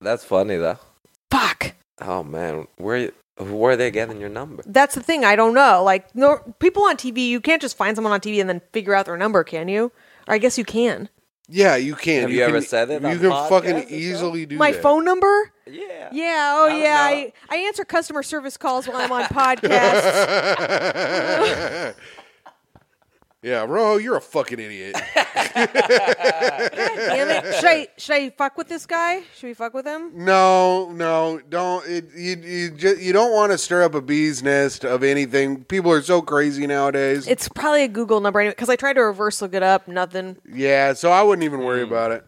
Speaker 3: That's funny though.
Speaker 2: Fuck.
Speaker 3: Oh man, where where are they getting your number?
Speaker 2: That's the thing. I don't know. Like, no people on TV. You can't just find someone on TV and then figure out their number, can you? Or I guess you can.
Speaker 1: Yeah, you can.
Speaker 3: Have you
Speaker 1: can-
Speaker 3: ever said it
Speaker 1: You
Speaker 3: on
Speaker 1: can
Speaker 3: podcasts or
Speaker 1: fucking
Speaker 3: something?
Speaker 1: easily do
Speaker 2: My
Speaker 1: that.
Speaker 2: phone number.
Speaker 3: Yeah.
Speaker 2: Yeah. Oh
Speaker 3: I don't
Speaker 2: yeah.
Speaker 3: know.
Speaker 2: I, I answer customer service calls while I'm on podcasts.
Speaker 1: yeah, Rojo, you're a fucking idiot.
Speaker 2: Damn it. Should I should I fuck with this guy? Should we fuck with him?
Speaker 1: No, no, don't. It, you you just, you don't want to stir up a bee's nest of anything. People are so crazy nowadays.
Speaker 2: It's probably a Google number anyway, because I tried to reverse look it up. Nothing.
Speaker 1: yeah, so I wouldn't even
Speaker 3: Hmm.
Speaker 1: worry about it.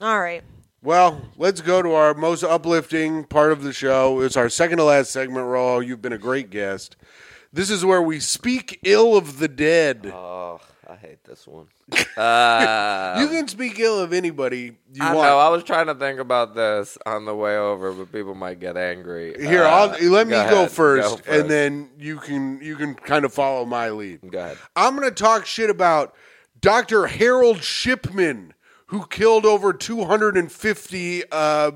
Speaker 2: All right.
Speaker 1: Well, let's go to our most uplifting part of the show. It's our second to last segment, Raw. You've been a great guest. This is where we speak ill of the dead.
Speaker 3: Oh, I hate this one. Uh,
Speaker 1: you can speak ill of anybody you
Speaker 3: I
Speaker 1: want.
Speaker 3: know. I was trying to think about this on the way over, but people might get angry.
Speaker 1: Here,
Speaker 3: Uh,
Speaker 1: I'll, let me
Speaker 3: ahead,
Speaker 1: go, first,
Speaker 3: first.
Speaker 1: and then you can you can kind of follow my lead.
Speaker 3: Go ahead.
Speaker 1: I'm going to talk shit about Dr. Harold Shipman, who killed over 250 uh,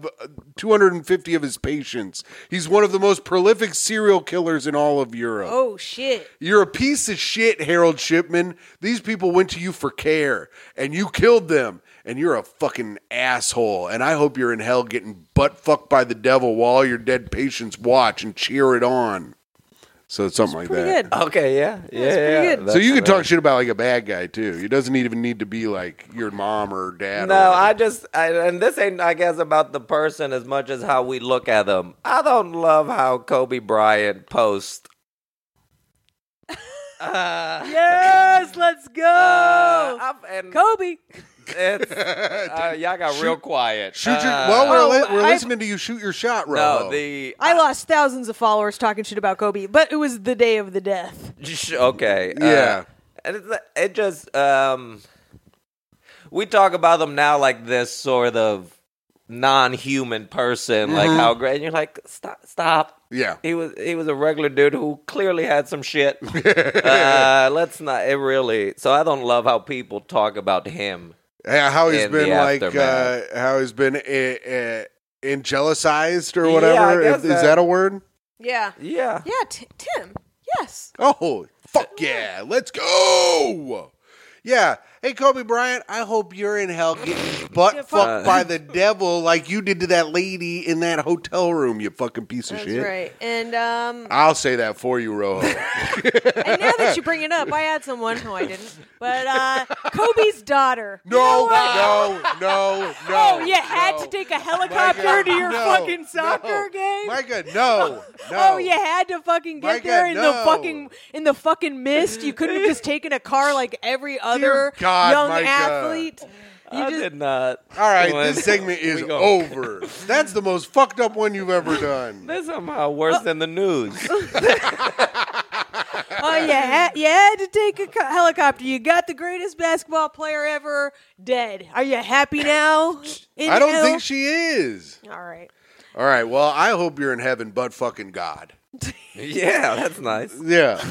Speaker 1: 250 of his patients. He's one of the most prolific serial killers in all of Europe.
Speaker 2: Oh shit.
Speaker 1: You're a piece of shit, Harold Shipman. These people went to you for care and you killed them. And you're a fucking asshole. And I hope you're in hell getting butt fucked by the devil while all your dead patients watch and cheer it on. So it's something like
Speaker 2: Pretty
Speaker 1: that.
Speaker 2: good.
Speaker 3: Okay, yeah, yeah,
Speaker 2: That's pretty
Speaker 3: yeah.
Speaker 2: good. So
Speaker 1: So you
Speaker 3: Oh, That's
Speaker 1: can
Speaker 3: right.
Speaker 1: talk shit about like a bad guy too. It doesn't even need to be like your mom or dad.
Speaker 3: No,
Speaker 1: or
Speaker 3: I just I, and this ain't I guess about the person as much as how we look at them. I don't love how Kobe Bryant posts. Uh,
Speaker 2: Yes, let's go.
Speaker 3: uh, I'm- and
Speaker 2: Kobe.
Speaker 3: it's, uh, y'all got real quiet.
Speaker 1: shoot your.
Speaker 3: Uh,
Speaker 1: well, we're,
Speaker 2: Oh,
Speaker 1: li- we're
Speaker 2: I-
Speaker 1: listening to you shoot your shot, Robo.
Speaker 3: no, the
Speaker 2: I lost thousands of followers talking shit about Kobe, but it was the day of the death.
Speaker 3: Sh- okay. uh,
Speaker 1: Yeah.
Speaker 3: and it's, it just um, we talk about them now like this sort of non-human person, like
Speaker 1: Mm-hmm.
Speaker 3: how great. And you're like, stop, stop.
Speaker 1: yeah,
Speaker 3: He was he was a regular dude who clearly had some shit. uh, let's not. It really. So I don't love how people talk about him.
Speaker 1: yeah, how he's
Speaker 3: in the
Speaker 1: been like, uh,
Speaker 3: aftermath.
Speaker 1: how he's been uh, uh, angelicized or
Speaker 3: Yeah, I
Speaker 1: whatever.
Speaker 3: guess
Speaker 1: Is- is
Speaker 3: that-
Speaker 1: that a word?
Speaker 2: Yeah.
Speaker 3: Yeah.
Speaker 2: Yeah, T- Tim. Yes.
Speaker 1: Oh, fuck yeah. Let's go. Yeah. Hey, Kobe Bryant, I hope you're in hell getting butt fucked by the devil like you did to that lady in that hotel room, you fucking piece of
Speaker 2: That's
Speaker 1: shit.
Speaker 2: right. And um
Speaker 1: I'll say that for you, Rojo.
Speaker 2: and now that you bring it up, I had someone. No, I didn't. But uh Kobe's daughter.
Speaker 1: no, no, no, no.
Speaker 2: Oh, you had
Speaker 1: no.
Speaker 2: to take a
Speaker 1: My
Speaker 2: helicopter
Speaker 1: God,
Speaker 2: to your
Speaker 1: no,
Speaker 2: fucking
Speaker 1: no.
Speaker 2: soccer game.
Speaker 1: Micah, no, no.
Speaker 2: Oh, you had to fucking get
Speaker 1: My God,
Speaker 2: there in the
Speaker 1: no.
Speaker 2: fucking in the fucking mist. You couldn't have just taken a car like every other
Speaker 1: God,
Speaker 2: young
Speaker 1: my God.
Speaker 2: athlete. You
Speaker 3: I
Speaker 2: just
Speaker 3: did not.
Speaker 1: All right,
Speaker 3: Well,
Speaker 1: this segment
Speaker 3: we
Speaker 1: is
Speaker 3: go.
Speaker 1: over. That's the most fucked up one you've ever done.
Speaker 3: This somehow worse than the news.
Speaker 2: oh you had, you had to take a co- helicopter. You got the greatest basketball player ever dead. Are you happy now? In
Speaker 1: I don't
Speaker 2: hell?
Speaker 1: think she is.
Speaker 2: All right.
Speaker 1: All right, well, I hope you're in heaven, but fucking God.
Speaker 3: yeah, that's nice.
Speaker 1: Yeah,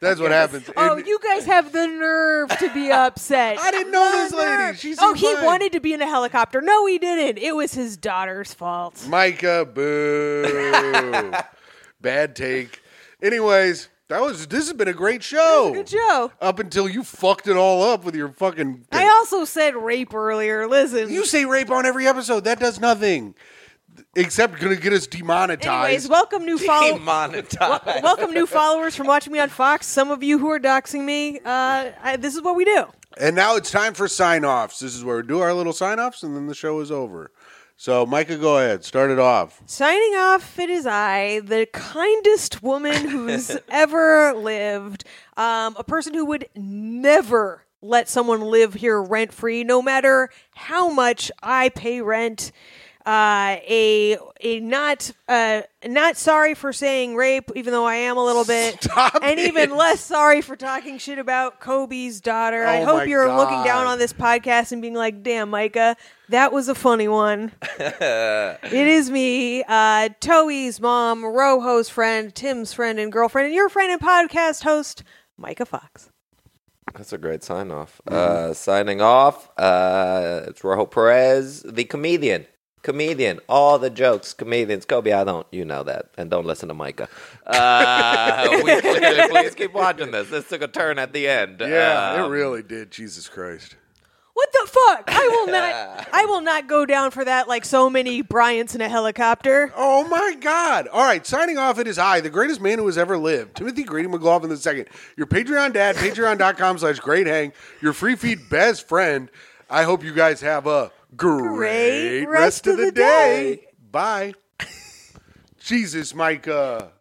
Speaker 1: that's what happens.
Speaker 2: Oh,
Speaker 1: And-
Speaker 2: you guys have the nerve to be upset.
Speaker 1: I didn't know
Speaker 2: The
Speaker 1: this lady.
Speaker 2: nerve.
Speaker 1: She
Speaker 2: oh,
Speaker 1: seemed
Speaker 2: he
Speaker 1: fine.
Speaker 2: wanted to be in a helicopter. No, he didn't. It was his daughter's fault.
Speaker 1: Micah, boo. Bad take. Anyways, that was this has been a great show.
Speaker 2: Good show.
Speaker 1: Up until you fucked it all up with your fucking.
Speaker 2: I also said rape earlier. Listen.
Speaker 1: you say rape on every episode. That does nothing, except gonna get us
Speaker 2: Anyways,
Speaker 1: demonetized.
Speaker 2: welcome new follow-
Speaker 3: Demonetized.
Speaker 2: wel- welcome new followers from watching me on Fox. Some of you who are doxing me, uh, I, this is what we do.
Speaker 1: and now it's time for sign offs. This is where we do our little sign offs, and then the show is over. So, Micah, go ahead. Start it off.
Speaker 2: Signing off, it is I, the kindest woman who's ever lived, um, a person who would never let someone live here rent free, no matter how much I pay rent. Uh, a a not uh, not sorry for saying rape, even though I am a little bit,
Speaker 1: Stop
Speaker 2: and
Speaker 1: it.
Speaker 2: even less sorry for talking shit about Kobe's daughter. I
Speaker 1: Oh my
Speaker 2: hope you're looking
Speaker 1: God.
Speaker 2: down on this podcast and being like, "Damn, Micah, that was a funny one." It is me, uh, Toey's mom, Rojo's friend, Tim's friend and girlfriend, and your friend and podcast host, Micah Fox.
Speaker 3: That's a great sign off. Uh, signing off, uh, it's Rojo Perez, the comedian. Comedian. All the jokes, comedians. Kobe, I don't. You know that. And don't listen to Micah. Uh, we clearly, please keep watching this. This took a turn at the end.
Speaker 1: Yeah,
Speaker 3: Um,
Speaker 1: it really did. Jesus Christ.
Speaker 2: What the fuck? I will not. I will not go down for that like so many Bryants in a helicopter.
Speaker 1: Oh my God! All right, signing off. It is I, the greatest man who has ever lived, Timothy Grady McLaughlin the second. Your Patreon dad, patreon.com slash great hang. Your free feed best friend. I hope you guys have a great,
Speaker 2: Great
Speaker 1: rest, of the, day. Bye. Jesus, Micah.